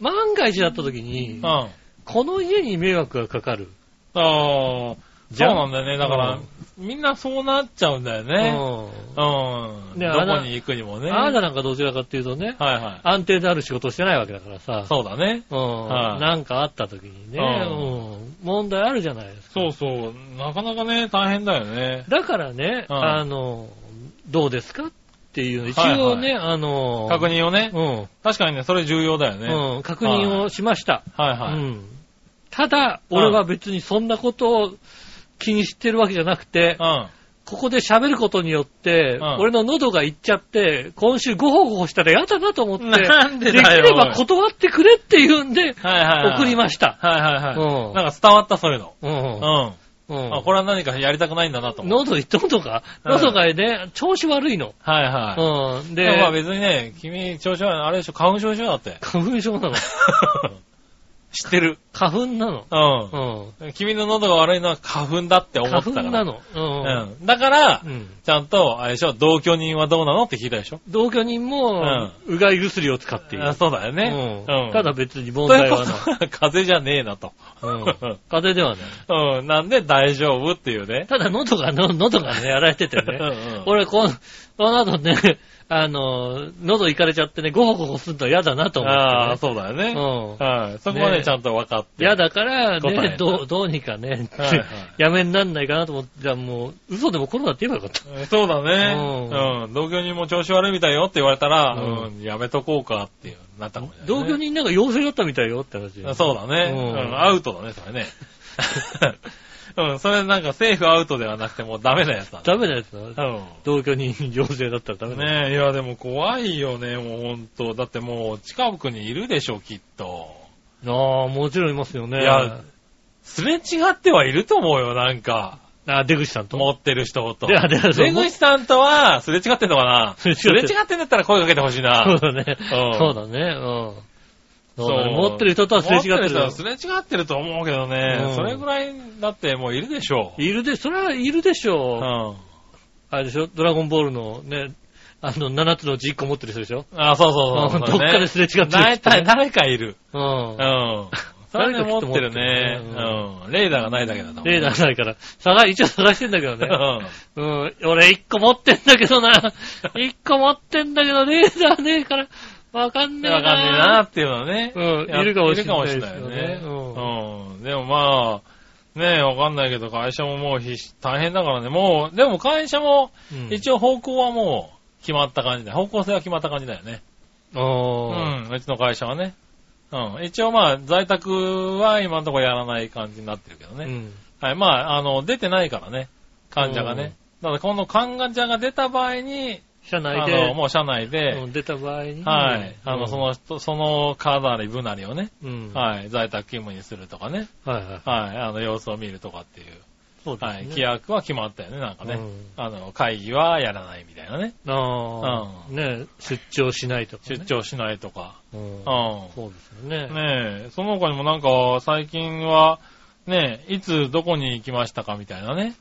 万が一だった時
い。う
に
ん。、あ
この家に迷惑がかかる。
あ、
じ
そう
ゃん
なんだよね。だから、みんなそうなっちゃうんだよね。
う
うん。
ね
どこに行くにも
ん。
ね。
あな
はい
たなんかどちらかっていうとね、
は
安定である仕事をしてないわけだからさ
い。、そうだね。
うん
はい
なんかあった時にね、
う
うん問題あるじゃないですか。
そうそう。なかなかね、大変だよね。
だからね、
うん
あの、どうですかっていう、一
はいはい
応ね、あの、
確認をね。
認、
確かにね、それ重要だよ
う
ね。
ん、うん、確認をしました。
はいは
う
い。
ん、ただ、俺は別にそんなことを気にしてるわけじゃなくて、
うん。
ここで喋ることによって、
うん
俺の喉がいっちゃって、今週ごほごほしたら嫌だなと思って、
*laughs* なんでだよ
きれば断ってくれって言うんで、
はいはいはい。
送りました。
はいはいは
うん
い。なんか伝わった、そういうの。
う。
うんん。
うん。
あ、これは何かやりたくないんだなと思う。
喉いっとんとか、
うん
喉がね、調子悪いの。
はいは
うん。
い。
で、
でもまあ別にね、君、調子はあれでしょ、花粉症でしょだ
*laughs*
って。
花粉症な
*laughs*
の。
知ってる。
花粉なの。
う
うん。
ん。君の喉が悪いのは花粉だって思
花
って
粉
たか
な。
ら。
の。うん。
うん。だから
う、ん。
ちゃんと、あれでしょ、同居人はどうなのって聞いたでしょ。
同居人も、うがい薬を使ってい
あ
る。
そうだよね。
うん。ただ、別に問
とい
題
うこと
はない。
は、風邪じゃねえなと。
うん。風邪ではない。
うん。なんで大丈夫っていうね。
ただ喉が、の喉がね、やられてて
うん
ね。
うん
俺、この、この後ね、あの、喉いかれちゃってね、ゴホゴホするの嫌だなと思
ああ、
っ
そうだよ
て
ね
ね。。うん。
はい。そこは
ね
ね、ちゃんと分かって。
嫌だから、
答え
ね
た、
どう、どうにかね
はいはい、
*laughs* やめになんないかなと思って、じゃあもう、嘘でもコロナって言えばよかった。
えーそうだね。
う
うん。同居人も調子悪いみたいよって言われたら、
う
うんん、やめとこうかっていう、なったもんね。
同居人なんか陽性だったみたいよって話。
あそうだね。
うん
うん、アウトだね、それね。 *laughs* うん、それなんかセーフアウトではなくてもうダメなやつだね。
ダメなやつだ。
う
同居人陽性だったらダメ
ん。
だよ。
ねえ、いやでも怖いよね、もうほんと。だってもう近くにいるでしょ、きっと。
ああ、もちろんいますよね。
いやすれ違ってはいると思うよ、なんか。
あ出口さんと。
持ってる人と。
いやいやそう
出口さんとはすれ違ってんのかな
すれ違って
すれ違ってんだったら声かけてほしいな。
そうだね。
うん
そうだね。うん。そうだね。持ってる人とはすれ違って
持ってる人
る
は。すれ違ってると思うけどね、
うん
それぐらいだってもういるでしょう。
いるで、それはいるでし
う
ょう。
ん。
あれでしょドラゴンボールのね、あの、7つのうち1個持ってる人でしょ
あ、そうそうそうう。
ん *laughs* どっかですれ違ってる人ね
大体誰かいる。
う。
うんん。それで
誰かき
持
っ
っ
と
てるね。
持ってる
うん。レーダーがないだけだ
*laughs*
と思う。
例がないから、探、一応探してんだけどね。
*laughs* うん。
うん。俺1個持ってんだけど
*laughs*
な。1個持ってんだけど、レーダーねえから、わかんねえな。
わかんねえなっていうのはね。
うん
や
いるかもしれない
いるかもしれないよ
で
ね
すよ
うん。でもまあ、ねえ、わかんないけど、会社ももう必死大変だからね。もう、でも会社も、
うん
一応方向はもう決まった感じだ。方向性は決まった感じだよね。
おー
うん、うちの会社はね。うん。一応まあ、在宅は今のところやらない感じになってるけどね。
うん
はい。まあ、あの、出てないからね。患者がね。だから、この患者が出た場合に、
社
あ
内で
の、、もう社内で、
うん出た場合に。
はい。あ
う
の、
ん
そ、の人、その科なり部なりをね、
うん。は
はい。在宅勤務にするとかね。
いはい。
はい。あの、様子を見るとかっていう。
そうですね。
はい。規約は決まったよね、なんかね。
うん
あの、会議はやらないみたいなね。
ああ、
う
ね出張しないとか、
出
ね。
張しないとか。
うん
う。ん。
そうですよね。
ねえ、その他にもなんか、最近は、ねえ、いつどこに行きましたかみたいなね。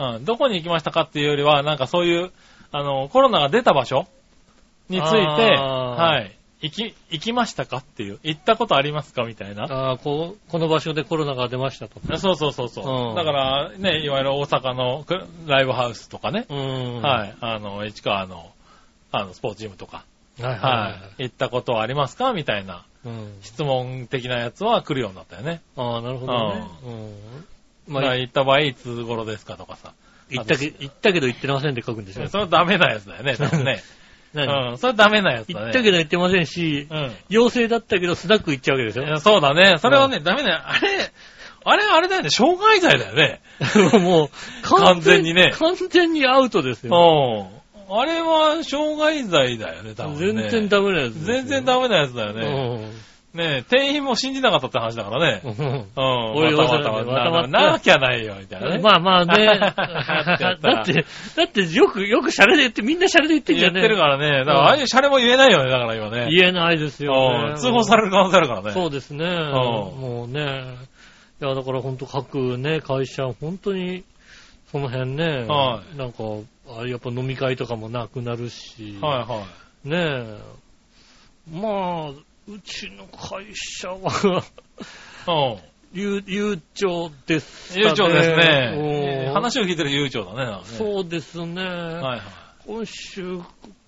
うん、どこに行きましたかっていうよりは、なんかそういう、あの、コロナが出た場所について、
あー
はい。行き、行きましたかっていう、行ったことありますかみたいな。
ああ、こう、この場所でコロナが出ましたとか。
そうそうそうそう。
うん
だから、ね、いわゆる大阪のくライブハウスとかね。
うん。
はい。あの、市川の、あの、スポーツジムとか、
い。はいはい
はい。行ったことはありますかみたいな。
うん。
質問的なやつは来るようになったよね。
ああ、なるほどね。うん。
ま
ま
あ、
あ、
行った場合、いつ頃ですかとかさ。
言ったけ言ったけど言ってませんって書くんでし
そ
ょ
れ。はダメなやつだよね、多分ね。
何
うん、それはダメなやつ
言
だ
っ
ね。
たけど言ってませんし、
うん。
妖精だったけどスナック行っちゃうわけでし
いやそうだね。それはね、
う
ダメだよ。あれ、あれ、あれだよね。傷害罪だよね。
ょ。 *laughs* もう、
完全にね
完全にアウトです
う
よ。
ん。あれは、傷害罪だよね、多分ね。
全然ダメなやつですよ。
全然ダメなやつだよね。
メ。
ねえ、店員も信じなかったって話だからね。
*laughs* うん。
うん。
俺
わたわた
わ
わ
たわた
なななきゃないよ、みたいなね。
まあまあ *laughs* ね。
ってやったら
だって、だってよく、よくシャレで言って、みんなシャレで言ってんじ
言
ゃ
っ
ね
てるからね。だから、ああいうシャレも言えないよね、だから今ね。
言えないですよ、
う
ね。
ん通報される可能性あるからね。
そうですね。もうね。いや、だから本当各ね、会社、本当に、その辺ね、
は
なんか、あれやっぱ飲み会とかもなくなるし、
はいはい。
ねえ。まあ、うちの会社は、 *laughs*
うん。
悠悠長ですかね。
悠長ですね。
うん
話を聞いてる悠長だね、なんかね
そうですね。
はい
今週、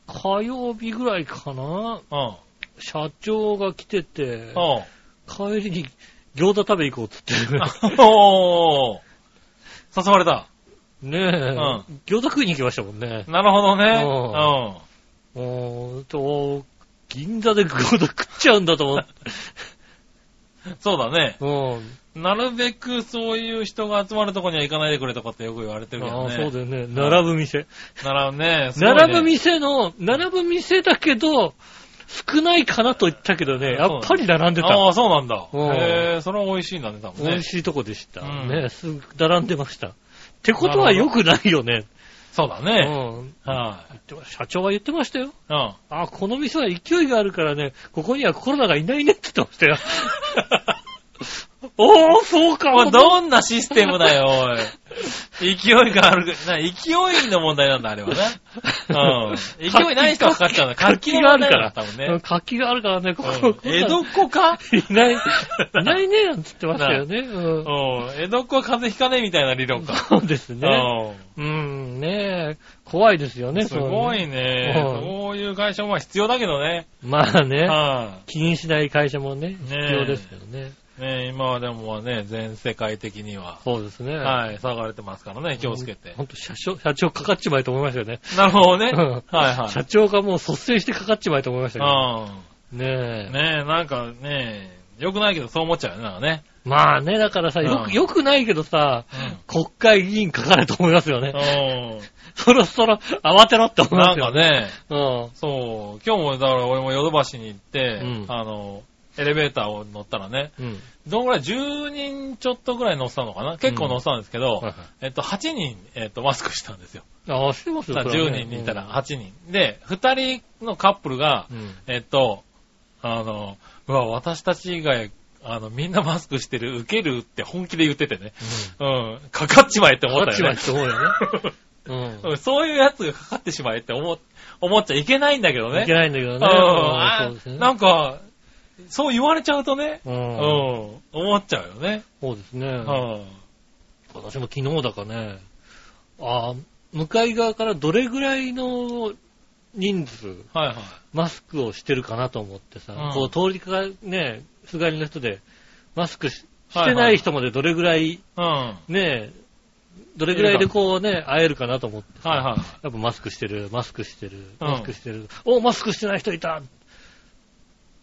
火曜日ぐらいかな
は
社長が来てて
い。う、ん。うん。
帰りに餃子食べ行こうっ
*laughs*
つって。
おー。誘われた。
ねえ、
ん
餃子食いに行きましたもんね。
なるほどね。
うん
う
もう、と、銀座で餃子食っちゃうんだと思
*laughs*
って。
ん。そうだね。
うん。
なるべくそういう人が集まるとこには行かないでくれとかってよく言われてるけ
あ
ど
あ、
ね。
そうだよね。並ぶ店。
並ぶね。すごいね
並ぶ店の、並ぶ店だけど、少ないかなと言ったけどね、やっぱり並んで
あ
た。
あ、そうなんだ。
うん
へえ、それは美味しいんだね、多分
美
ね
味。しいとこでした。
うん
ねすぐ並んでました。ってことは良くないよね。
そうだ
う
ね。
ん。
は
でも社長は言ってましたよ。
い。うん。
あ、この店は勢いがあるからね、ここにはコロナがいないねって言ってましたよ。 *laughs* おー、そうか、
おいどんなシステムだよ、お
*laughs*
い。勢いがある、な、勢いの問題なんだ、あれはね。うん。勢いない人がかかっちゃうんだ。活
活
気
気
の
があ
問
る
題
か
なんだ
ら。
多分ね。
うん活気があるからね、ここ、
うん江戸っ子か
いない、いないね、なんつってましたよね。うん
うん。江戸っ子は風邪ひかねえみたいな理論か。
そうですね。
うん
うん、ねえ怖いですよね、
すごい
ね。
ね。
うん
そういう会社もまあ必要だけどね。
まあね、
は
気にしない会社もね、必
え
要ですけどね。
い。ね今はでもね、全世界的には。
そうですね。
はい、騒がれてますからね、気をつけて
ほ。んと、社長、社長かかっちまえと思いましたよね。
なるほどね。
う
は
ん
いは
社長がもう率先してかかっちまえと思いましたけど。
い。うん。
ねえ。
ねえ、なんかねえ、良くないけどそう思っちゃうよね、なんかね。
まあね、だからさ、よ
うん
く、よくないけどさ、国会議員かかれと思いますよね。
う
そろそろ慌てろって思い
ん。
ま
なん
す
か
よ。
ね、
うん。
そう、今日もだから俺もヨドバシに行って、
うん
あの、エレベーターを乗ったらね、
うん。
どんぐらい ?10 人ちょっとぐらい乗せたのかな結構乗せたんですけど、
はいはい
えっと、8人、えっと、マスクしたんですよ。
ああ、してますよ、
さあ
それは
10
ね
人にいたら。8人。で、2人のカップルが、
うん。
えっと、あの、うわ、私たち以外、あの、みんなマスクしてる、受けるって本気で言っててね。うん、かかっちまえって思
か
っ
かったち
よ
まえ
ね
っ。て思うよね。う
うん *laughs* そういうやつがかかってしまえって思、思っちゃいけないんだけど
ん。
ね。
いけないんだけど
う
ね。うん
ん
そうです
あな
ね。
んか、そう言われちゃうとね、
う
うん、
ん。
思っちゃうよね。
そうですね。
うん。
私も昨日だかね、ああ、向かい側からどれぐらいの人数、
はいはい。
マスクをしてるかなと思ってさ、
うん
こう通りかか、ね、すがりの人で、マスクし
は
し
いはい
てない人までどれぐらい、
うん。は
ね、どれぐらいでこうね、会えるかなと思って
い
さ、
はい。
やっぱマスクしてる、マスクしてる、
うん
マスクしてる、お、マスクしてない人いた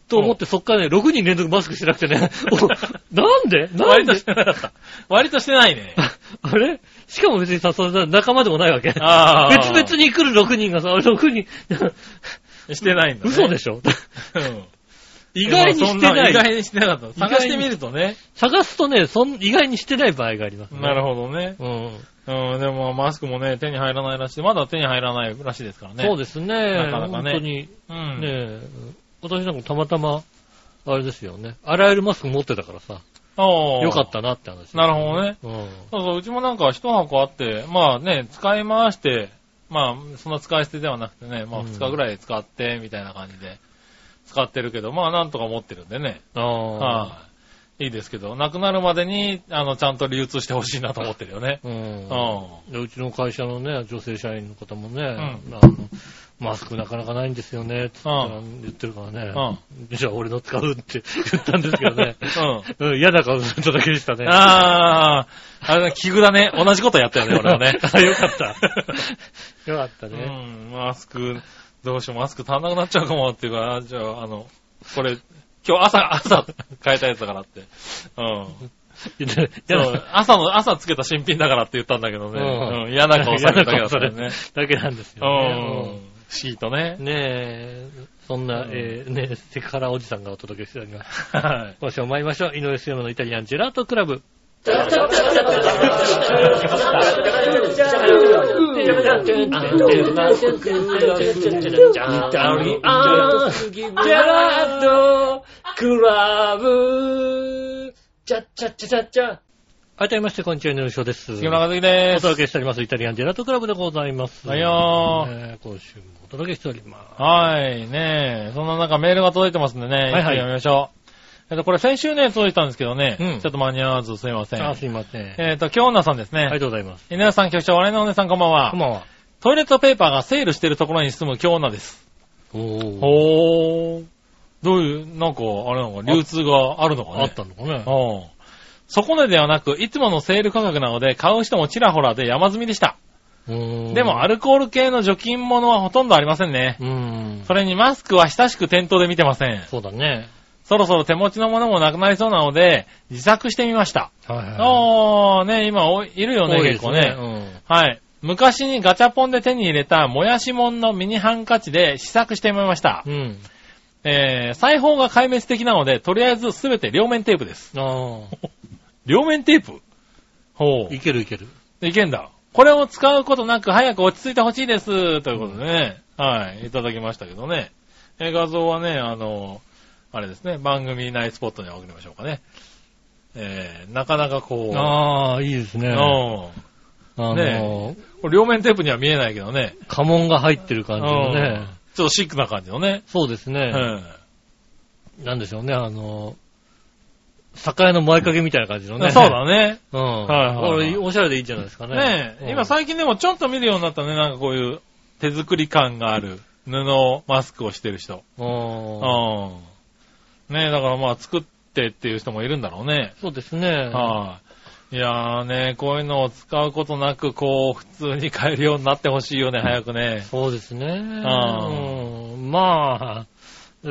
と思って、そっからね、6人連続マスクしてなくて
*laughs*
ね、おなんでなん
割と
で
してなかった。割としてないね。
*laughs* あれしかも別にさ、それさ仲間でもないわけ。
あ
別々
に。
に来る6人がさ、6人、
してないんだ、ね。
嘘で
し
しょ
ょ。うん。
意外にしてな
意
い。
外にしてなかった。探してみるとね。
探すとね、そん意外にしてない場合があります、ね。
なるほどね。
ほど。うん。
うん、でもマスクもね、手に入らないらしい。まだ手に入らないらしいですからね。
そう
で
ですね。
かなか
本
ね
当に。
す。うん。
ねえ、私なんかたまたま、あれですよね。洗えるマスク持ってたからさ、
おー
よかっ。たなって話。
なるほどね。
うん。
そうそう、うちもなんか一箱あって、まあね、使い回して、まあ、そんな使い捨てではなくてね、まあ
うん
2日ぐらい使って、みたいな感じで、使ってるけど、まあなんとか持ってるんでね。
ああ。
はい。いいですけど、なくなるまでに、あの、ちゃんと流通してほしいなと思ってるよね。
うん
う
でうちの会社のね、女性社員の方もね、
ん
あのマスクなかなかないんですよね、つって
うん
言ってるから
ん。うん
ね、。じゃあ俺の使うって *laughs* 言ったんですけどね、
うん。
うん嫌な顔しただけでしたね。。
ああ、あれだ、器具だね。同じことやったよね、俺はね
あ *laughs* よか
*laughs*
った。よかった
う
ね。
ん、マスク、どうしよう、マスク足んなくなっちゃうかもっていうから、あじゃあ、あの、これ、今日朝、朝、変えたやつだからって。うん。
で
そう朝の、朝つけた新品だからって言ったんだけどね。
うん
うん。嫌な顔されるだけだったよね。
だけなんです
う
よね
ん。。不思議とね
うん。ねえ、そんな、
うん
えーねセクハラおじさんがお届けしております。
はい。
今週も参りましょう。井上杉山のイタリアンジェラートクラブ。改めまして、こんにちは、井上翔です。
杉村
お
和樹でーす。
届けしております。イタリアンジェラートクラブでございます。
はいよー。
ねえ今週もお届けしております。
はい、ねえ。そんな中メールが届いてますんでね。
いはい
一回読みましょう。えっと、これ先週ね、届いたんですけどね。
うん
ちょっと間に合わずすいません。
あ、すいません。
えっと、京奈さんですね。
ありがとうございます。
皆さん、局長、我々のお姉さんこんばんは。
こんばんは。
トイレットペーパーがセールしてるところに住む京奈です。
おー。
ほー。どういう、なんか、あれなのか、流通があるのか
あ
ね。
ったのかね。
うん。そこでではなく、いつものセール価格なので、買う人もちらほらで山積みでした。で
で
も、アルコール系の除菌物はほとんどありませんね。
うん。
それにマスクは親しく店頭で見てません。
そうだね。
そろそろ手持ちのものもなくなりそうなので、自作してみました。
はいは
あー、ね、今お、いるよ
い。
ね、
多いで
結
す
構ね。はい。昔にガチャポンで手に入れた、もやしもんのミニハンカチで試作してみました。
うん。うん。
えー、裁縫が壊滅的なので、とりあえずすべて両面テープです。
あ
両面テープほ
あ。いけるいける。
う。いけんだ。これを使うことなく早く落ち着いてほしいです。ということでね、はい、いただきましたけどね。えー画像はね、あの、あれですね、番組内スポットに送りましょうかね。えー、なかなかこう、
ああ、いいですね。
うん
あの
ね、これ両面テープには見えないけどね。
家紋が入ってる感じの
う
ね
ん。ちょっとシックな感じのね。
そうです
う
ね。
ん。
なんでしょうね、あの、酒屋の前掛けみたいな感じのね。
そうだね。
うん。
はいはいはい
これおしゃれでいいんじゃないですかね。
ね
う
え、
ん
今最近でもちょっと見るようになったね。なんかこういう手作り感がある布、マスクをしてる人。
う
うんん。ねえ、だからまあ作ってっていう人もいるんだろうね。
そうですね。
はい。いやーね、こういうのを使うことなく、こう、普通に買えるようになってほしいよね、早くね。
そうですね。
あ
うんまあ、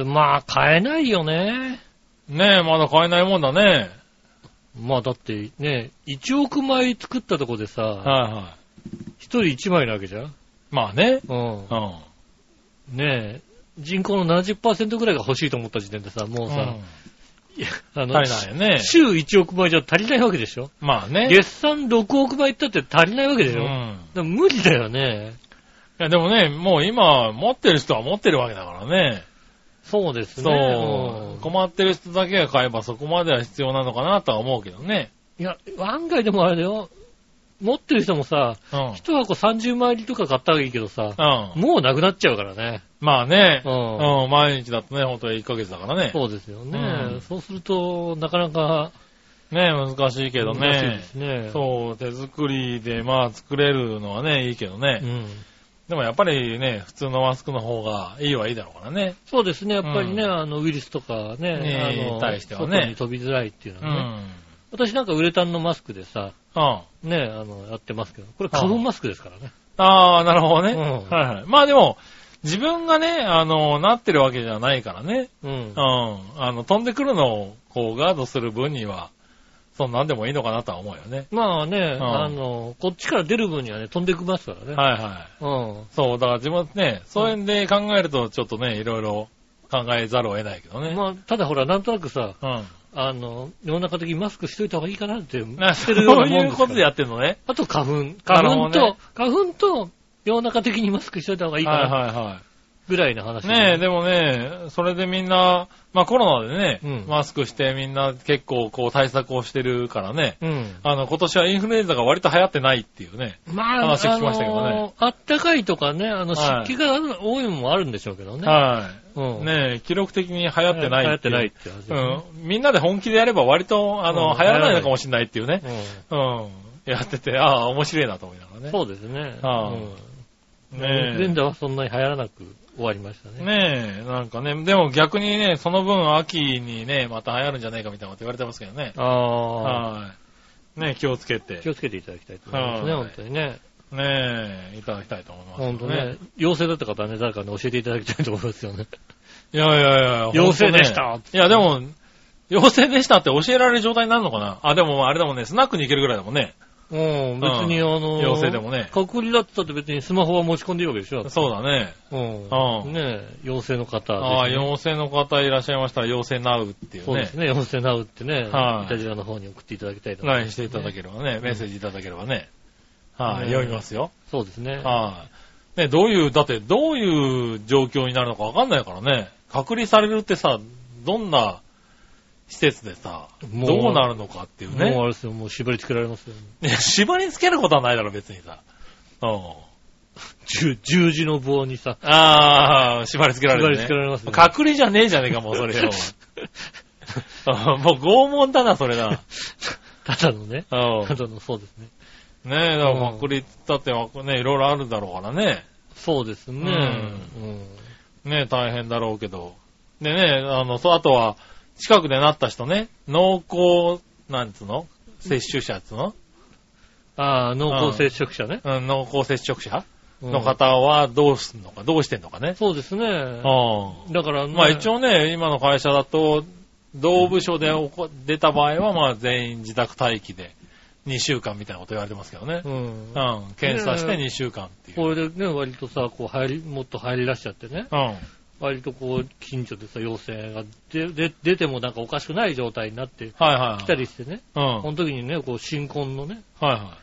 まあ、買えないよね。
ねえ、まだ買えないもんだね。
まあ、だってね、1億枚作ったとこでさ、
はいは
一人1枚なわけじゃん。
い。まあね。
うん
う。ん。
ねえ、人口の70%ぐらいが欲しいと思った時点でさ、もうさ、いやあ
うん
の、
足りないよね。
週1億枚じゃ足りないわけでしょ
まあね。
月産6億枚いったって足りないわけでしょ、
う
だか
ん。
ら無理だよね。
いや、でもね、もう今、持ってる人は持ってるわけだからね。
そうです
そ
ね。
う。
うん
困ってる人だけが買えばそこまでは必要なのかなとは思うけどね。
いや、案外でもあれだよ。持ってる人もさ、
うん。うん。
一箱30枚入りとか買ったらいいけどさ、もうなくなっちゃうからね。
まあね
う。。
うんん、毎日だとね、ほんと1ヶ月だからね。
そうですよね、
うん
そうすると、なかなか
ね、難しいけど
難しいで
ね。
すね。
そう、手作りで、まあ作れるのはね、いいけどね。
うん。
でもやっぱりね、普通のマスクの方がいいはいいだろうからね。
そうですね、やっぱりね、
うん
あの、ウイルスとかね、
ね
あの、
対してはね
外に飛びづらいっていうの
う
はね、
ん。
私なんかウレタンのマスクでさ、
うん。
ね、あの、やってますけど、これ花粉マスクですからね。
ああ、なるほどね。
うん
はいはい。まあでも、自分がね、あの、なってるわけじゃないからね。
うん
う。ん。あの、飛んでくるのを、こう、ガードする分には、そんなんでもいいのかなとは思うよね。
まあね、
ん
あの、こっちから出る分にはね、飛んできますからね。
はいはい。
うん。
そう、だから自分ね、そういうんで考えると、ちょっとね、いろいろ考えざるを得ないけどね。
まあ、ただほら、なんとなくさ、
うん。
あの、世の中的にマスクしといた方がいいかなって、
な
してるようなもん
そうい
で
う
すか
こ
ら
とでやってんのね。
あと花粉。
なる
花粉
ほどね
と、花粉と、世の中的にマスクしといた方がいい
は
か
い
な、
はいは
ぐらいの話
い。
で。
ねえ、でもね、それでみんな、まあコロナでね、
うん
マスクしてみんな結構こう対策をしてるからね、
うん。
あの、今年はインフルエンザが割と流行ってないっていうね。
まあ、
話聞きましたけどね
あのあったかいとかね、あの、
はい
湿気が多いのもあるんでしょうけどね。
は
う
い。
ん。
ねえ記録的に流行
流
ってない
流行
っ
ってて
いう
ないって話ですね。
うん。みんなで本気でやれば割と、あ
うん
の、流行らないのかもしれないっていうね。
う
うん。やってて、ああ、面白いなと思いながらね
ん。。そうですね。
は
う
い
んイン
ね
フ
え
ルエンザはそんなに流行らなく終わりましたね。
ねえ、なんかね、でも逆にね、その分秋にね、また流行るんじゃないかみたいなこと言われてますけどね。
ああ、
はい。ねえ、気をつけて
気、をつけていただきたいと思いますね、
はい
本当にね。
ねえ、いただきたいと思います。
本当ね。。陽性だった方はね、誰かに教えていただきたいと思いますよね。
いやいやいや、
陽性でした
本当ねいや、でも、陽性でしたって教えられる状態になるのかなあ、でもあれだもんね、スナックに行けるぐらいだもんね。
うん、別にあの、
陽性でもね。
隔離だったって別にスマホは持ち込んでいいわけでしょ。だって
そうだね。
う。
うんん
ねえ、陽性の方、
ああ、陽性の方いらっしゃいましたら、陽性なうっていうね。
そうですね、陽性なうってね、
はい
イタジラの方に送っていただきたいと思い
LINE
ま
し
す
て
ね、
いただければね、メッセージいただければね。
ね
はい、読みますよ。
そうですね。
はい。ね、どういう、だってどういう状況になるのかわかんないからね。隔離されるってさ、どんな施設でさ、
もう
どうなるのかっていう
もうあ
ね。
れですよ、もう縛り付けられますよ。
いや縛り付けることはないだろ、別にさ。うん。
十十字の棒にさ、
ああ、縛り付けられる、ね。
縛り付けられますね
隔離じゃねえじゃねえか、もうそれ
*laughs*
よ。うんもう拷問だな、それな。
ただのね、 *laughs*
うん
ただのそうですね。
ねえ、だか
うん
ら隔離だってわかね、いろいろあるだろうからね。
そうですね。うん
ねえ、大変だろうけど。でね、あの、そう、あとは、近くでなった人ね、濃厚、なんつうの接種者っつうの、
ああ、濃厚接触者ね。
うん、濃厚接触者
うん
の方はどうすんのか、どうしてんのかね。
そうですね。
う
だから、
ん。まあ一
応、
応ね、今の会社だと、同部署で起こ出た場合は、まあ全員自宅待機で2週間みたいなこと言われてますけどね
う。ん。
うん。検査して2週間っていう。
これでね、割とさ、こう入り、もっと入り出しちゃってね、
うん。
割とこう、近所でさ、陽性が出出出てもなんかおかしくない状態になって
はいはい。
きた。りしてね、
うん。
この時にね、こう、新婚のね、
は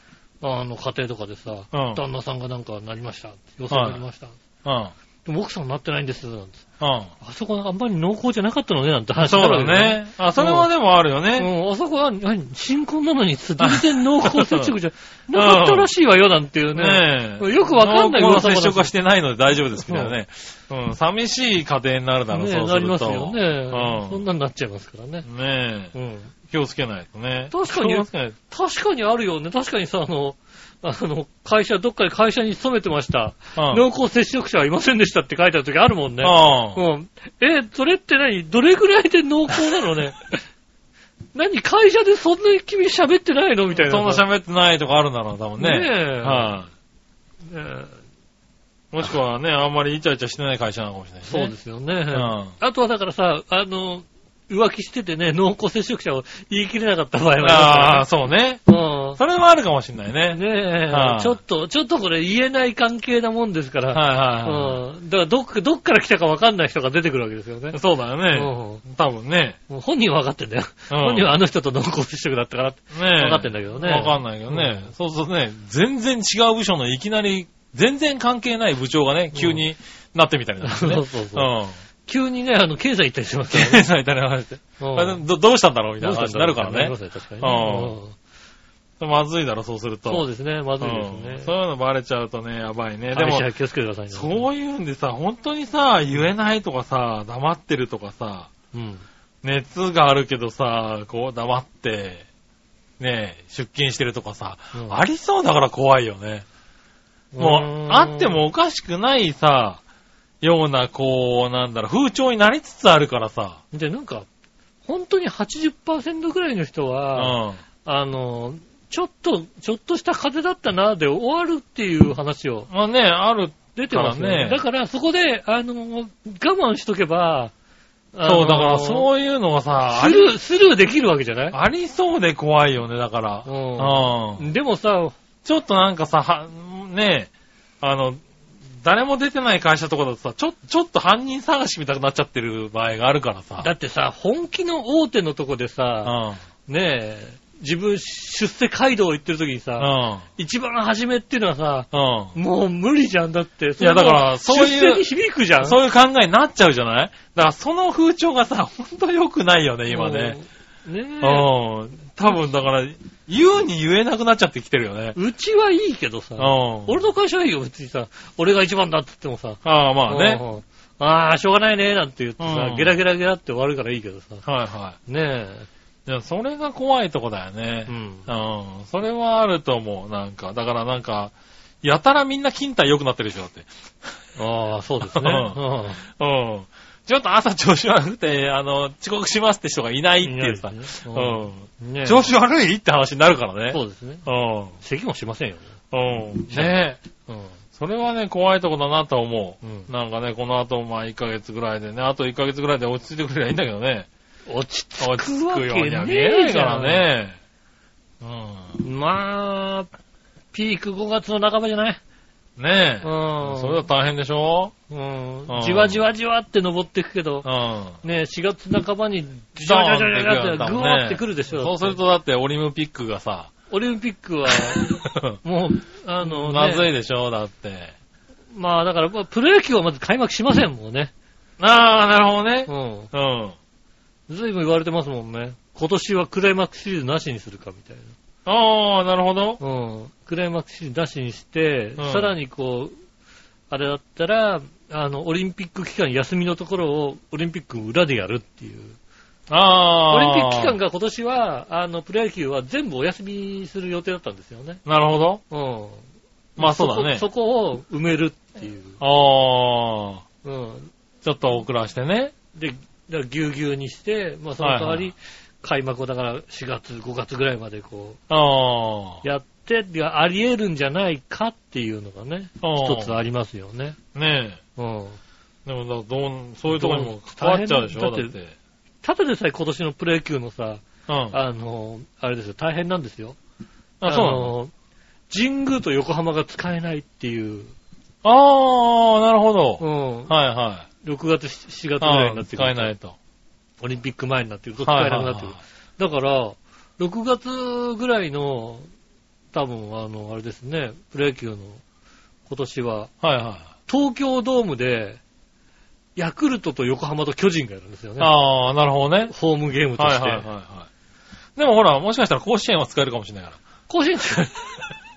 あの、家庭とかでさ、
いはい。
旦那さんがなんかなりました。陽性になりました。
うん。うん。
でも奥さんなってないんですなんて。
うん。
あそこあんまり濃厚じゃなかったのねなんて話
そう
になる
だ
わけよ。
ね。あ、それはでもあるよね。
うん、あそこは、何新婚なのに、全然濃厚
*laughs*
接触じゃなかったらしいわよ、なんていうね。
ねえ。
よくわかんない
濃
噂
厚
話
な接触はしてないので大丈夫ですけどね。うん、寂しい家庭になるだろう、
ね
そうす
なり
る
ます
と。
よね。
うん
そんなになっちゃいますからね。
ねえ。
うん。
気をつけないとね。
確かに
気をつけないと
確かにあるよね。確かにさ、あの、あの、会社、どっかで会社に勤めてました。
うん。
濃厚接触者はいませんでしたって書いてある時あるもんね。
うん
うん。え、それって何どれぐらいで濃厚なの
*laughs*
ね何会社でそんなに君喋ってないのみたいな。
そんな喋ってないとかあるんだろう、多分ね。
ねえ
はい。
ねえ
もしくはね、あんまりイチャイチャしてない会社なのかもしれないしね。
そうですよね。
ん
あとはだからさ、あの、浮気しててね、濃厚接触者を言い切れなかった場合
あ
は
あ、そうね。
あ
それはあるかもしれないね。
うん。ねえ、
はい
ちょっと、ちょっとこれ言えない関係なもんですから、
はいは
うん。だからどっか、どっから来たか分かんない人が出てくるわけですよね
いはい。。そうだよ
うん
ね。多分ね。
もう本人は分かってんだよ。
うん
本人はあの人と濃厚接触だったからって。
ねえ。
分かってんだけどね。
わかんないけどね。そうするとね、全然違う部署のいきなり、全然関係ない部長がね、急になってみたりなんですね。
そうそうそう
うん。
急にね、あの、経済行ったりします
*laughs*
からね。
経済みたいな話で。
うん
どどうしたんだろうみたいな
どう
話
した
に
だろ
なんる
う
から
なりま
ね
す。確かに
うん
ね。
まずいだろ、そうすると。
うんそう
で
ですね、まずいです
そう
ね。
いうのバレちゃうとね、やばいね。で
会
も、
社気をつけてくださいね。
そういうんでさ、本当にさ、言えないとかさ、黙ってるとかさ、
うん。
熱があるけどさ、こう黙って、ねえ、出勤してるとかさ、
うん
ありそうだから怖いよね。もう、あってもおかしくないさ、ような、こう、なんだろう、風潮になりつつあるからさ。
うーん。で、なんか、本当に80%ぐらいの人
う
は、
ん。
あの、ちょっと、ちょっとした風邪だったな、で終わるっていう話を
まあね、ある、
出てます
だから
ね。
ね
だから、そこで、あの、我慢しとけば、
そう、だから
う、
そういうのがさ、あ
ス
り、
ルー、スルーできるわけじゃない
ありそうで怖いよね、だから。
う
うんん。
でもさ、
ちょっとなんかさ、は、ねあの、誰も出てない会社とかだとさ、ちょ、ちょっと犯人探しみたくなっちゃってる場合があるからさ。
だってさ、本気の大手のとこで
う
さ、
ん。
ねえ、自分出世街道行ってる時に
う
さ、
ん。
一番初めっていうのはさ、
うん。
もう無理じゃんだって。
いやだからそういう
出世に響くじゃん。
そういう考えになっちゃうじゃないだからその風潮がさ、ほんと良くないよね、今ね。
うん。ね
う
え
ん。多分だから、言うに言えなくなっちゃってきてるよね。
うちはいいけどさ
う、ん。
俺の会社はいいよ、別にさ、俺が一番だって言ってもさ、
ああ、まあね。
うん。ああ、しょうがないね、なんて言って
う
さ
ん、
ゲラゲラゲラって終わるからいいけどさ、
はいは
ね
い。いや、それが怖いとこだよね
え。う。ん。
うん。それはあると思う、なんか。だからなんか、やたらみんな勤怠良くなってるでしょ、だって。
ああ、そうですね。
う
うん
うん。ちょっと朝調子悪くて、あの、遅刻しますって人がいないっていうさ。
いないです
う
ね
ん。
ねえ
調子悪いって話になるからね。
そうですね。
うん。
咳もしませんよね。
うん。ねえ。
うん。
それはね、怖いとこだなとは思う。
うん
なんかね、この後、まあ、1ヶ月ぐらいでね、あと1ヶ月ぐらいで落ち着いてくれりゃいいんだけどね。
落ち着
落ち
く
着
わ
くよう
け
には
ね
見えな
え
い
じ
か
ゃ
ら
ん。
ね。う
まあ、ピーク5月の半ばじゃない
ん。ねえ。
うん。
それは大変でしょ
うん
うん
じわじわじわって登っていくけど
う、ん。
ね、4月半ばに、じ
ドーン
わ
っ
じ
て
わ
い
じ
く
わじわって、ぐわってくるでしょ。
そうするとだってオリンピックがさ、
オリンピックは、もう、あの、ね
*laughs* まずいでしょだって。
まあだから、まあプロ野球はまず開幕しませんもんね。
ああ、なるほどね。
う
うん。
ん。ずいぶん言われてますもんね。今年はクライマックスシリーズなしにするかみたいな。
ああ、なるほど。
うん。クライマックスシリーズなしにして、
うん
さらにこう、あれだったら、あの、オリンピック期間休みのところをオリンピック裏でやるっていう。
ああ。
オリンピック期間が今年は、あの、プロ野球は全部お休みする予定だったんですよね。
なるほど。
うん。
まあそうだね。
そこそこを埋めるっていう。
ああ。
うん。
ちょっと遅らしてね。
で、だからぎゅうぎゅうにして、まあその代わり、開幕をだから4月、5月ぐらいまでこ
ああ。
う、やって、いやあり得るんじゃないかっていうのがね、
うん
一つありますよね。
ねえ。
うん。
でもだ、どう、そういうところにも関わっちゃうでしょ
ど
だ
う
って。
だってただでさえ今年のプロ野球のさ、
うん。あ、
あの、あれですよ、大変なんですよ。
そうなの
の神宮と横浜が使えないっていう、
ああ、なるほ
う
ど。
ん、6
はいはい。
月、7月ぐらいに
あ
な
あ
ってく
使え
る
な
と、
いと。
オリンピック前になってくると使
は
え
いは
ないく
はい
なってくる。だから、6月ぐらいの、多分、あの、あれですね、プロ野球の今年は、
はいはい。
東京ドームで、ヤクルトと横浜と巨人がやるんですよね。
ああ、なるほどね。
ホームゲームと
は
し
い
て。
はいはいはい。でもほら、もしかしたら甲子園は使えるかもしれないか
甲 *laughs* 子園使え、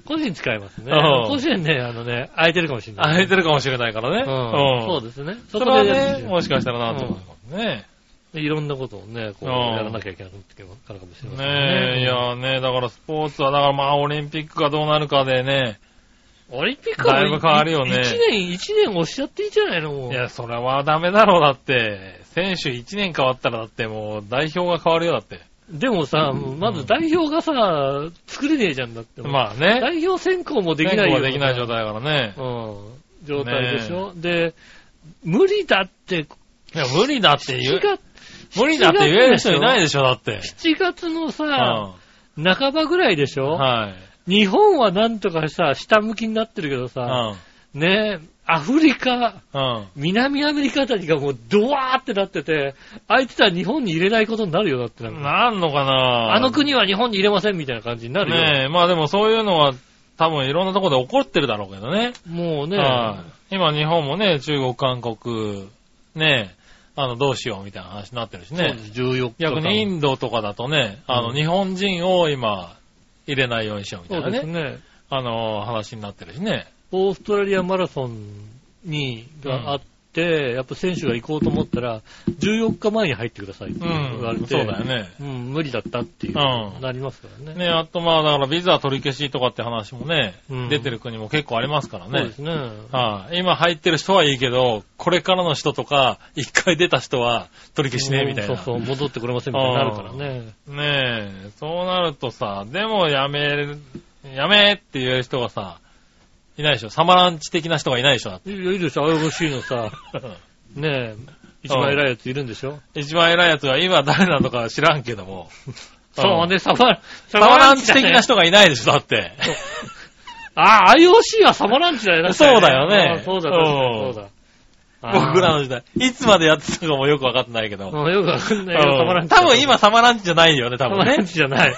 甲子園使えますね。
うん
甲子園ね、あのね、空いてるかもしれ
ら。
ない。
空いてるかもしれないからね。
うん。そう
で
ですね。そ
それ
こ
は
でや
ね、
る
もしかしたらなんとかなるかもね。
いろんなことをね、こう、
うん
やらなきゃいけないからかもしれません
ねえ、いやね、だからスポーツは、だからまあオリンピックがどうなるかでね。
オリンピックは
だいぶ変わるよね
一年、一年押しちゃっていいじゃないの、もう。
いや、それはダメだろう、だって。選手1年変わったらだってもう代表が変わるよ、だって。
でもさ、まず代表がさ、作れねえじゃんだって。
まあね。
代表選考もできない
選
よ
考ができない状態だからね。
うん。状態でしょ。で、無理だって、
いや、無理だって言
7
う。
月、
無理だって言える人いないでしょ、だって。
7月の
う
さ、
ん。
半ばぐらいでしょ、
はい。
日本はなんとかさ、下向きになってるけど
う
さ、
ん。
ねえ、アフリカ、
うん。
南アメリカあたりがもうドワーってなってて、あいつら日本に入れないことになるよだってなんか。
なんのかな
あの国は日本に入れませんみたいな感じになるよ。
ねえ、まあでもそういうのは多分いろんなところで起こってるだろうけどね。
もうね、
はい今日本もね、中国、韓国、ねえ、あの、どうしようみたいな話になってるし
そう
ね
で。す14日間
逆にインドとかだとね、あの、
うん
日本人を今、入れないようにしようみた
そ
いうな
です
ね、
ね。
あの、話になってるしね。
オーストラリアマラソンに、があって、やっぱ選手が行こうと思ったら、14日前に入ってくださいって
う
言われ
ん、
て、
そうだよね。
うん無理だったっていう、
うん
なりますからね。
ね、あとまあだからビザ取り消しとかって話もね、
うん
出てる国も結構ありますから
そうで
ね
す。ね。
はい今入ってる人はいいけど、これからの人とか、一回出た人は取り消しね、みたいな。
そうそう、戻ってこれませんみたいになるからね。
ねえ、そうなるとさ、でもやめる、やめって言える人がさ、いないでしょ。サマランチ的な人がいないでしょ。だっ
いや、いいでしょ、IOC の
*laughs*
さ、
て
ねえ、一番偉いやついるんでしょ
一番偉いやつが今誰なのか知らんけども。
*laughs* そうね、サマ、サ
サマラン
チ
チ的な人がいないでしょ、だって。
ああ、IOC はサマランチだよね。
そうだよね
あそうだ、
うん
そうだ。あー
僕らの時代。いつまでやってたかもよくわかってないけど。
うんよくわかんないけど、サマラ
う
ンチ
ん
だ。
多分今サマランチじゃないよね、多
サ
分
マラン
ね。
チじゃない。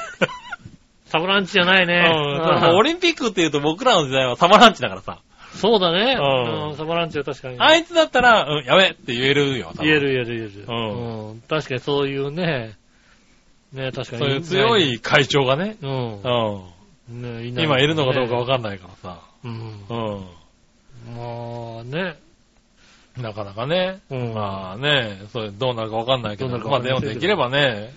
サボランチじゃないね。
*laughs* うん
ああ
そうオリンピックって言うと僕らの時代はサマランチだからさ。
そうだね。
うん
うんサボランチは確かに。
あいつだったら、うん、やべって言えるよ。多分
言える言える言える。
うん
うん確かにそういうね、ね、確かに。
そういう強い会長がね。
う。
うんん。
ねいない
今いるのかどうかわかんないからさ。
うん。
う
まあね。
ん。なかなかね。
うん
まあね、それどうなるかわかんないけど、
どうなるか
ま
わか
あ
んな
でも
いけど
できればね、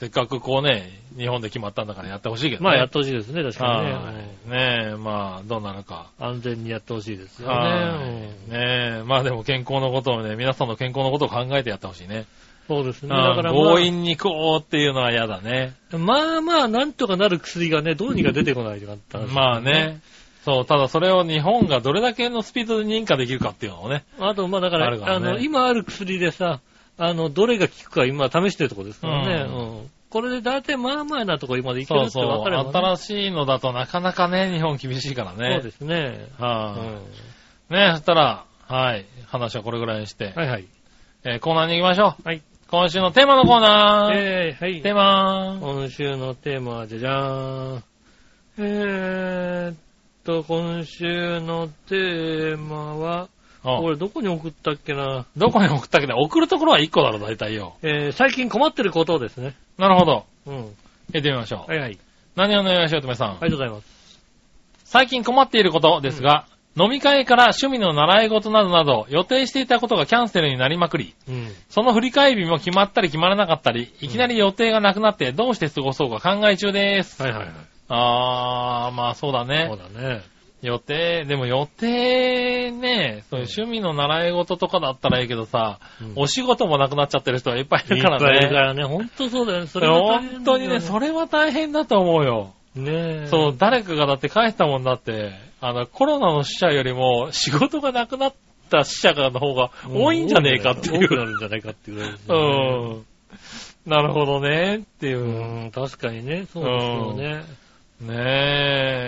せっかくこうね、日本で決まったんだからやってほしいけどね。
まあやってほしいですね、確かにね
はいねえ、まあどうなるか。
うん。安全にやってほしいですよ
はい
ね。うん
ねえ、まあでも健康のことをね、皆さんの健康のことを考えてやってほしいね。
そうですね。
あ
だ
あ
からま
強引にこうっていうのは嫌だね。
あ、まあまあ、なんとかなる薬がね、どうにか出てこないとかった
まあ。ね。そう、ただそれを日本がどれだけのスピードで認可できるかっていうのをね。
あと、まあだから、
あるから
あ
ね
の、今ある薬でさ、あの、どれが効くか今試してるとこですからね。
う
うん。これで大体まあまあなとこ今でいけるっ
そう
て
そう
分かればね。
新しいのだとなかなかね、日本厳しいからね。
そうですね。う
はい、
ん
ねそしたら、はい、話はこれぐらいにして、
はいはい。
えーコーナーに行きましょう。
はい。
今週のテーマのコーナー。
えー、はい。
テーマー。
今週のテーマはじゃじゃーん。えーっと、今週のテーマは、
うん
これどこに送ったっけな。
どこに送ったっけど、送るところは1個だろ、大体よ。
えー、最近困ってることですね。
なるほど。
うん。
行ってみましょう。
はいはい。
何をお願いしよう、とめさん。
ありがとうございます。
最近困っていることですが、飲み会から趣味の習い事などなど、予定していたことがキャンセルになりまくり、
うん。
その振り返り日も決まったり決まらなかったり、いきなり予定がなくなってどうして過ごそうか考え中です。
はいはいはい。
あー、まあそうだね。
そうだね。
予定、でも予定ね、そういう趣味の習い事とかだったらいいけどさ、
うん
お仕事もなくなっちゃってる人はいっぱいいるから
いっぱいいるか
ね。
らね。ほんとそうだよね。それが大変
本当に
だよ
ね、それは大変だと思うよ。
ねえ。
そう、誰かがだって返したもんだって、あの、コロナの死者よりも仕事がなくなった死者の方が
う。
多いんじゃねえかってい
多くな
う。
るんじゃないかっていうぐらいです
う
よね。
ん。なるほどね、っていうう。
ん、確かにね、そうですよね。
ね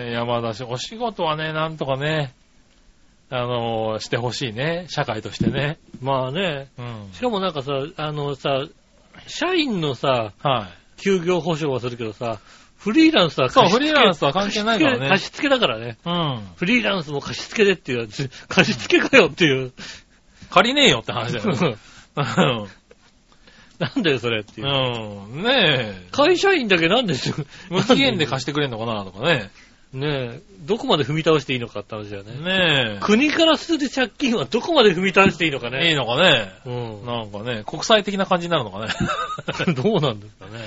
え、山田氏、お仕事はね、なんとかね、あの、してほしいね、社会としてね。
まあね、
うん
し。かもなんかさ、あのさ、社員のさ、
はい。
休業保障はするけどさ、フリーランスは
そう、
貸し
フ
付
リ
け
ーランスは関係ないからね
貸。し付けだからね。
うん。
フリーランスも貸し付けでっていう、 *laughs* ず貸し付けかよっていう。
借りねえよって話だよ *laughs* ね。うん
*laughs* なんだよそれっていう。
うん。ねえ。
会社員だけなんでしょ
無期限で
貸
貸してくれんのかな、とかね。
ねえ、どこまで踏み倒していいのかって話だよね。
ねえ。
国からする借金はどこまで踏み倒していいのか
いい
ね。
のかね。
うん。
*laughs* なんかね、国際的な感じになるのかね。 *laughs*
どうなんですかね。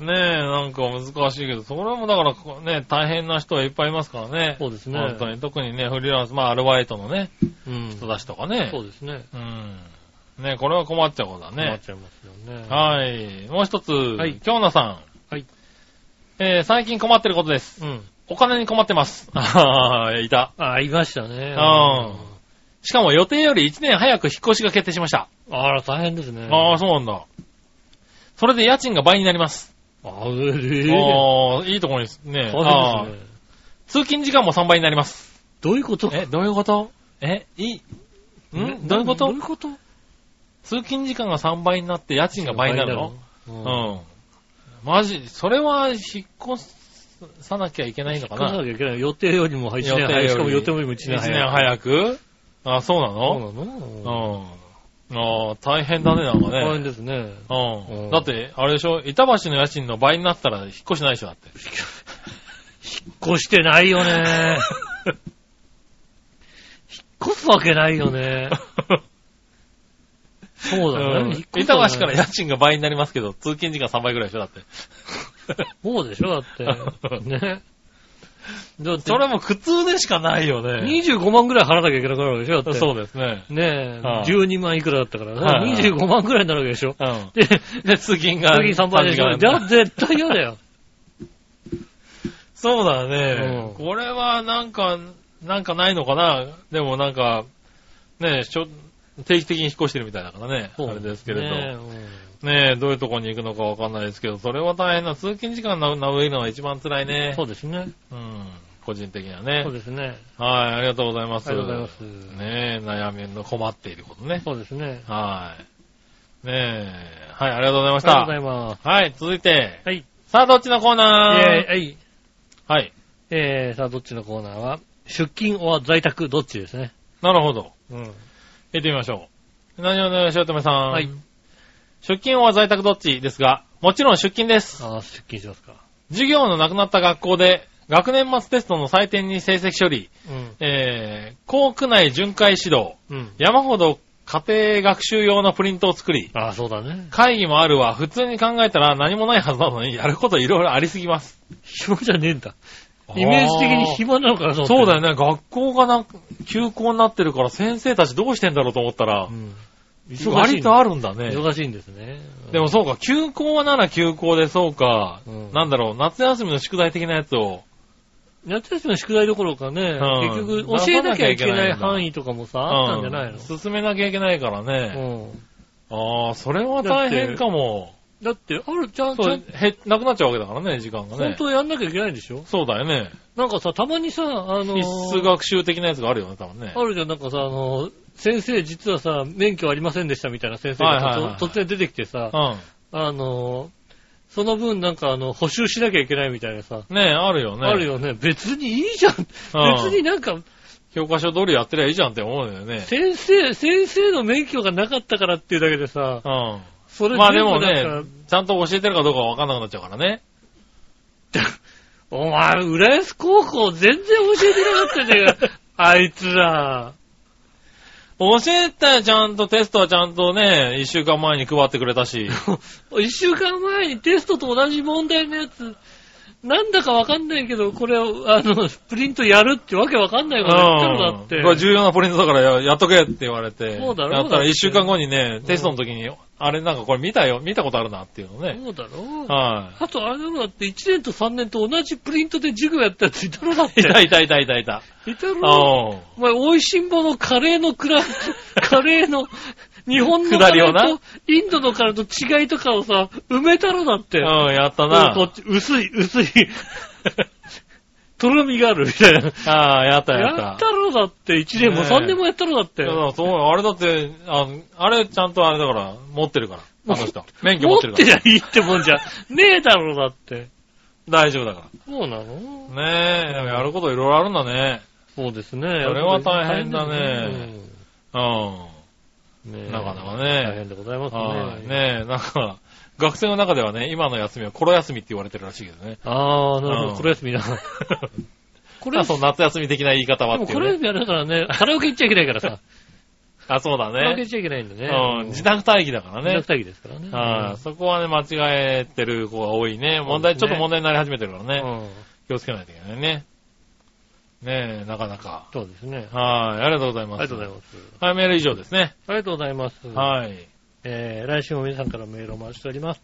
ねえ、なんか難しいけど、それもだからこうね、大変な人はいっぱいいますからね。
そうですね
本当に。特にね、フリーランス、まあアルバイトのね、
うん。
人たちとかね。
そうですね。
うん。ねこれは困っちゃうことだ
困っ
ね。
ちゃいますよね。
はい。もう一つ、
い
京奈さん。
はい。
えー最近困ってることです。
うん。
お金に困ってます。ああ、いた。
あ、いましたね。
うしかも予定より1年早く引っ越しが決定しました。
あら、大変ですね。
ああ、そうなんだ。それで家賃が倍になります。
あ、ええ
ああ、いいところです
大
ね。
変
あ
で
あ
すね。
通勤時間も3倍になります。
どういうこと
え、どういうことえ、いい、んどういうこ
ど
と
ういうこと
通勤時間が3倍になって家賃が倍になるの
う。
うんん。マジ、それは引っ越さなきゃいけないのか
引っ越さな
な
きゃいけない。予定よりも1年
予定よ
早
り
い。しかも予定よりも1年早い。
一年早くあ、そうな
そう
の
なの
うん。ああ、大変だね、なんか
大変
ね。
ですね。
う。
うんん
だって、あれでしょ板橋の家賃の倍になったら引っ越しないでしょだって。
越してないよ
*laughs*
ね。引っ越すわけないよね。そうだ
う
ね。引っ
ん
越す
板
わけ
橋から
ない
家賃が倍になりますけど、通勤時間3倍ぐらいでしょだって。
そうでしょだって。
*laughs*
ね。だって
*laughs* それも苦痛でしかないよね。
25万ぐらい払わなきゃいけなくなるわけでしょだって。
そうですね。
ねえ、
はい
12万いくらだったからね、
はいはい
25万くらいになるわけでしょ。
うん。
で、
で、通勤が。
次3倍でしょ。
3
じ
時
ゃ
間
あ絶対嫌だよ。
そうだね
う。ん
これはなんか、なんかないのかなでもなんか、ねしょ、定期的に引っ越してるみたいだからね。 *laughs* あれですけれど。
ね
ねえ、どういうとこに行くのかわかんないですけど、それは大変な。通勤時間ななるのが一番辛
え
い
うん
ね
そ。うですね。
うん。個人的にはね
そう。ですね。
はい、ありがとうございます。
ありがとうございます
ねえ、悩みの困っていることね。
そうですね。
はい。ねえ、はい、ありがとうございま
あ
し
りがとう
た
ござ。います。
はい、続いて、
はい。
さあ、どっちのコーナー
イェーイはい。
はい。
えー、さあ、どっちのコーナーは出勤は在宅どっちですね。
なるほど。
うん。
行ってみましょう。何をね、しおとめさん。
はい。
出勤は在宅どっちですが、もちろん出勤です。
あー出勤しますか。
授業のなくなった学校で、学年末テストの採点に成績処理、
うん。
えー、校区内巡回指導、
うん。
山ほど家庭学習用のプリントを作り、
あーそうだね。
会議もあるわ。普通に考えたら何もないはずなのに、やることいろいろありすぎます。
暇じゃねえんだ。イメージ的に暇なのかなと思
そうだよ
ね。
ね。学校がなんか休校になってるから先生たちどうしてんだろうと思ったら
う、ん。
割とあるんだね。
忙しいんですね。
でもそうか、休校はなら休校でそうか、
うん
なんだろう、夏休みの宿題的なやつを、
夏休みの宿題どころかね、
うん
結局教えなきゃいけない
出さなきゃいけないんだ
範囲とかもさ、あったんじゃないの、
うん進めなきゃいけないからね。
うん
ああ、それは大変かも。
だって、ある、ちゃんち
そ
ゃ、、
うんへ、なくなっちゃうわけだからね、時間が
本
ね。
当やんなきゃいけないんでしょ
そうだよね。
なんかさ、たまにさ、あのー
必須学習的なやつがあるよね、多分ね
あ。るじゃん、なんかさ、あのー先生実はさ、免許ありませんでしたみたいな先生
はいはいはいは
が
い
と突然出てきてさ、
う
あのーその分なんかあの、補修しなきゃいけないみたいなさ、
ん。ねえ、あるよね。
ある。よね。別にいいじゃん。別になんか、
教科書通りやってりゃいいじゃんって思うんだよね。
先生、先生の免許がなかったからっていうだけでさ、
うん。
それ
まあで
全部
も
なんか
ね、ちゃんと教えてるかどうかわかんなくなっちゃうからね。
お前、浦安高校全然教えてなかったじゃ
*laughs*
ん。あいつら。
教えたよ、ちゃんとテストはちゃんとね、一週間前に配ってくれ
*laughs*
たし。
一週間前にテストと同じ問題のやつ、なんだかわかんないけど、これ、あの、プリントやるってわけわかんないから言って
う
る
ん
だ
こ
っ
れ
て。
重要なポイントだからややっとけって言われて。
そうだろ
やった
だっ
ら
て
一週間後にね、テストの時に、あれなんかこれ見たよ、見たことあるなっていうのね。
そうだろ
は
あと、あれだろだって、1年と3年と同じプリントで授業やったやついたろだっ
い。
て。
いたいたいたいたいた。
いたろ
うん
お前、美味しんぼのカレーのくら、カレーの、日本の
くだ
カ
り
レ
をな
ーと、インドのカレーと違いとかをさ、埋めたろだって。
うん、やった
うん
な。
こっち、薄い、薄い。 *laughs* とろみがあるみたいな。
ああ、やったやった。
やったろだって、1年も
ねえ
3年もやったろだって。
いやだからそう、あれだって、ああれちゃんとあれだから、持ってるから。あの人。免許持
持
っ
ってて
るから。
りゃいいってもんじゃ、ねえだろだって。
大丈夫だか
そうなの
ら。ねえ、でもやることいろいろあるんだね。
そうですね。そ
れは大変だねう
うんねえ
なかなかね
大変でございま
ん。は
すね。
い。ねえ、なんか、学生の中ではね、今の休みはコロ休みって言われてるらしいけどね。
ああ、なるほ
うん
ど。これ休みだ。これ
あ、そう、夏休み的な言い方は
でも
って
こ
いう
れ
ね。
休みはだからね、カラオケ行っちゃいけない
*laughs*
からさ。
あ、そう
カ
だ
ラオケ
ね
行。っちゃいけないんだね。
うん、自宅待機だから
自
ね
宅。待機ですからね。
はい、そこはね、間違えてる子が多いね。問題、ちょっと問題になり始めてるから
う
ね。
ん。
気をつけないといけないね。ねえ、なかなか。
そうですね。
はい、ありがとうございます。
ありがとうござい
ま
ます。
す。はい、メール以上ですね。
ありがとうございます。
はい。
えー来週も皆さんからメールをお待ちしております。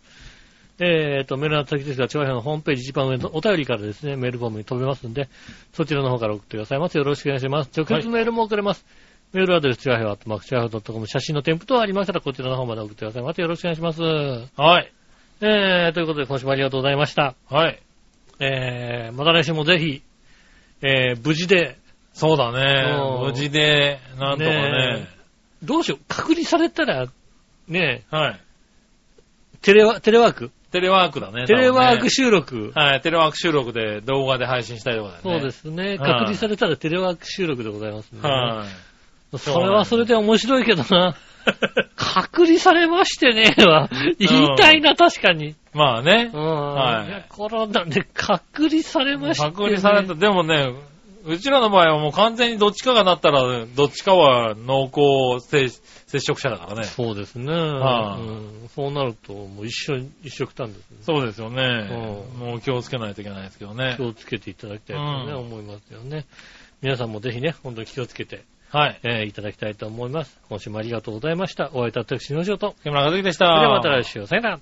えーと、メールの先ですが、千葉県のホームページ一番上のお便りからですね、メールフォームに飛べますんで、そちらの方から送ってくださいます。よろしくお願いします。直接メールも送れます。メールアドレス、チワヘアットマークチワヘアドットコム、写真の添付等ありましたら、こちらの方まで送ってくださいませ。よろしくお願いします。
はい。
えー、ということで、今週もありがとうございました。
はい。
えー、また来週もぜひ、えー、無事で、
そうだね
う。ん
無事で、なんとかね
ね。どうしよう、隔離されたら、ね、
はい。
テレワテレワーク、
テレワークだね。
テレワー
多分
ク収録、
ねはい、テレワーク収録で動画で配信したいとかだよね。
そうですね。
はい
隔離されたらテレワーク収録でございますね。
はい。
それはそれで面白いけど
*laughs*
な。隔離されましてねえわ。言いたいな、確かに。
まあね
うん。。
はい
やコロナで隔離されまして、ね。
隔離された。でもね、うちらの場合はもう完全にどっちかがなったら、どっちかは濃厚接接触者だからね。
そうですね。
はい
うんそうなると、もう一緒、一緒くたんですね。
そうですよね。
うん
もう気をつけないといけないですけどね
気。をつけていただきたいとね、
うん
思いますよね。皆さんもぜひね、本当に気をつけて、
はい。
えーいただきたいと思います。今週もありがとうございました。お会いいたい私の仕事。
木村和樹でした。
それではまた来週、さよなら。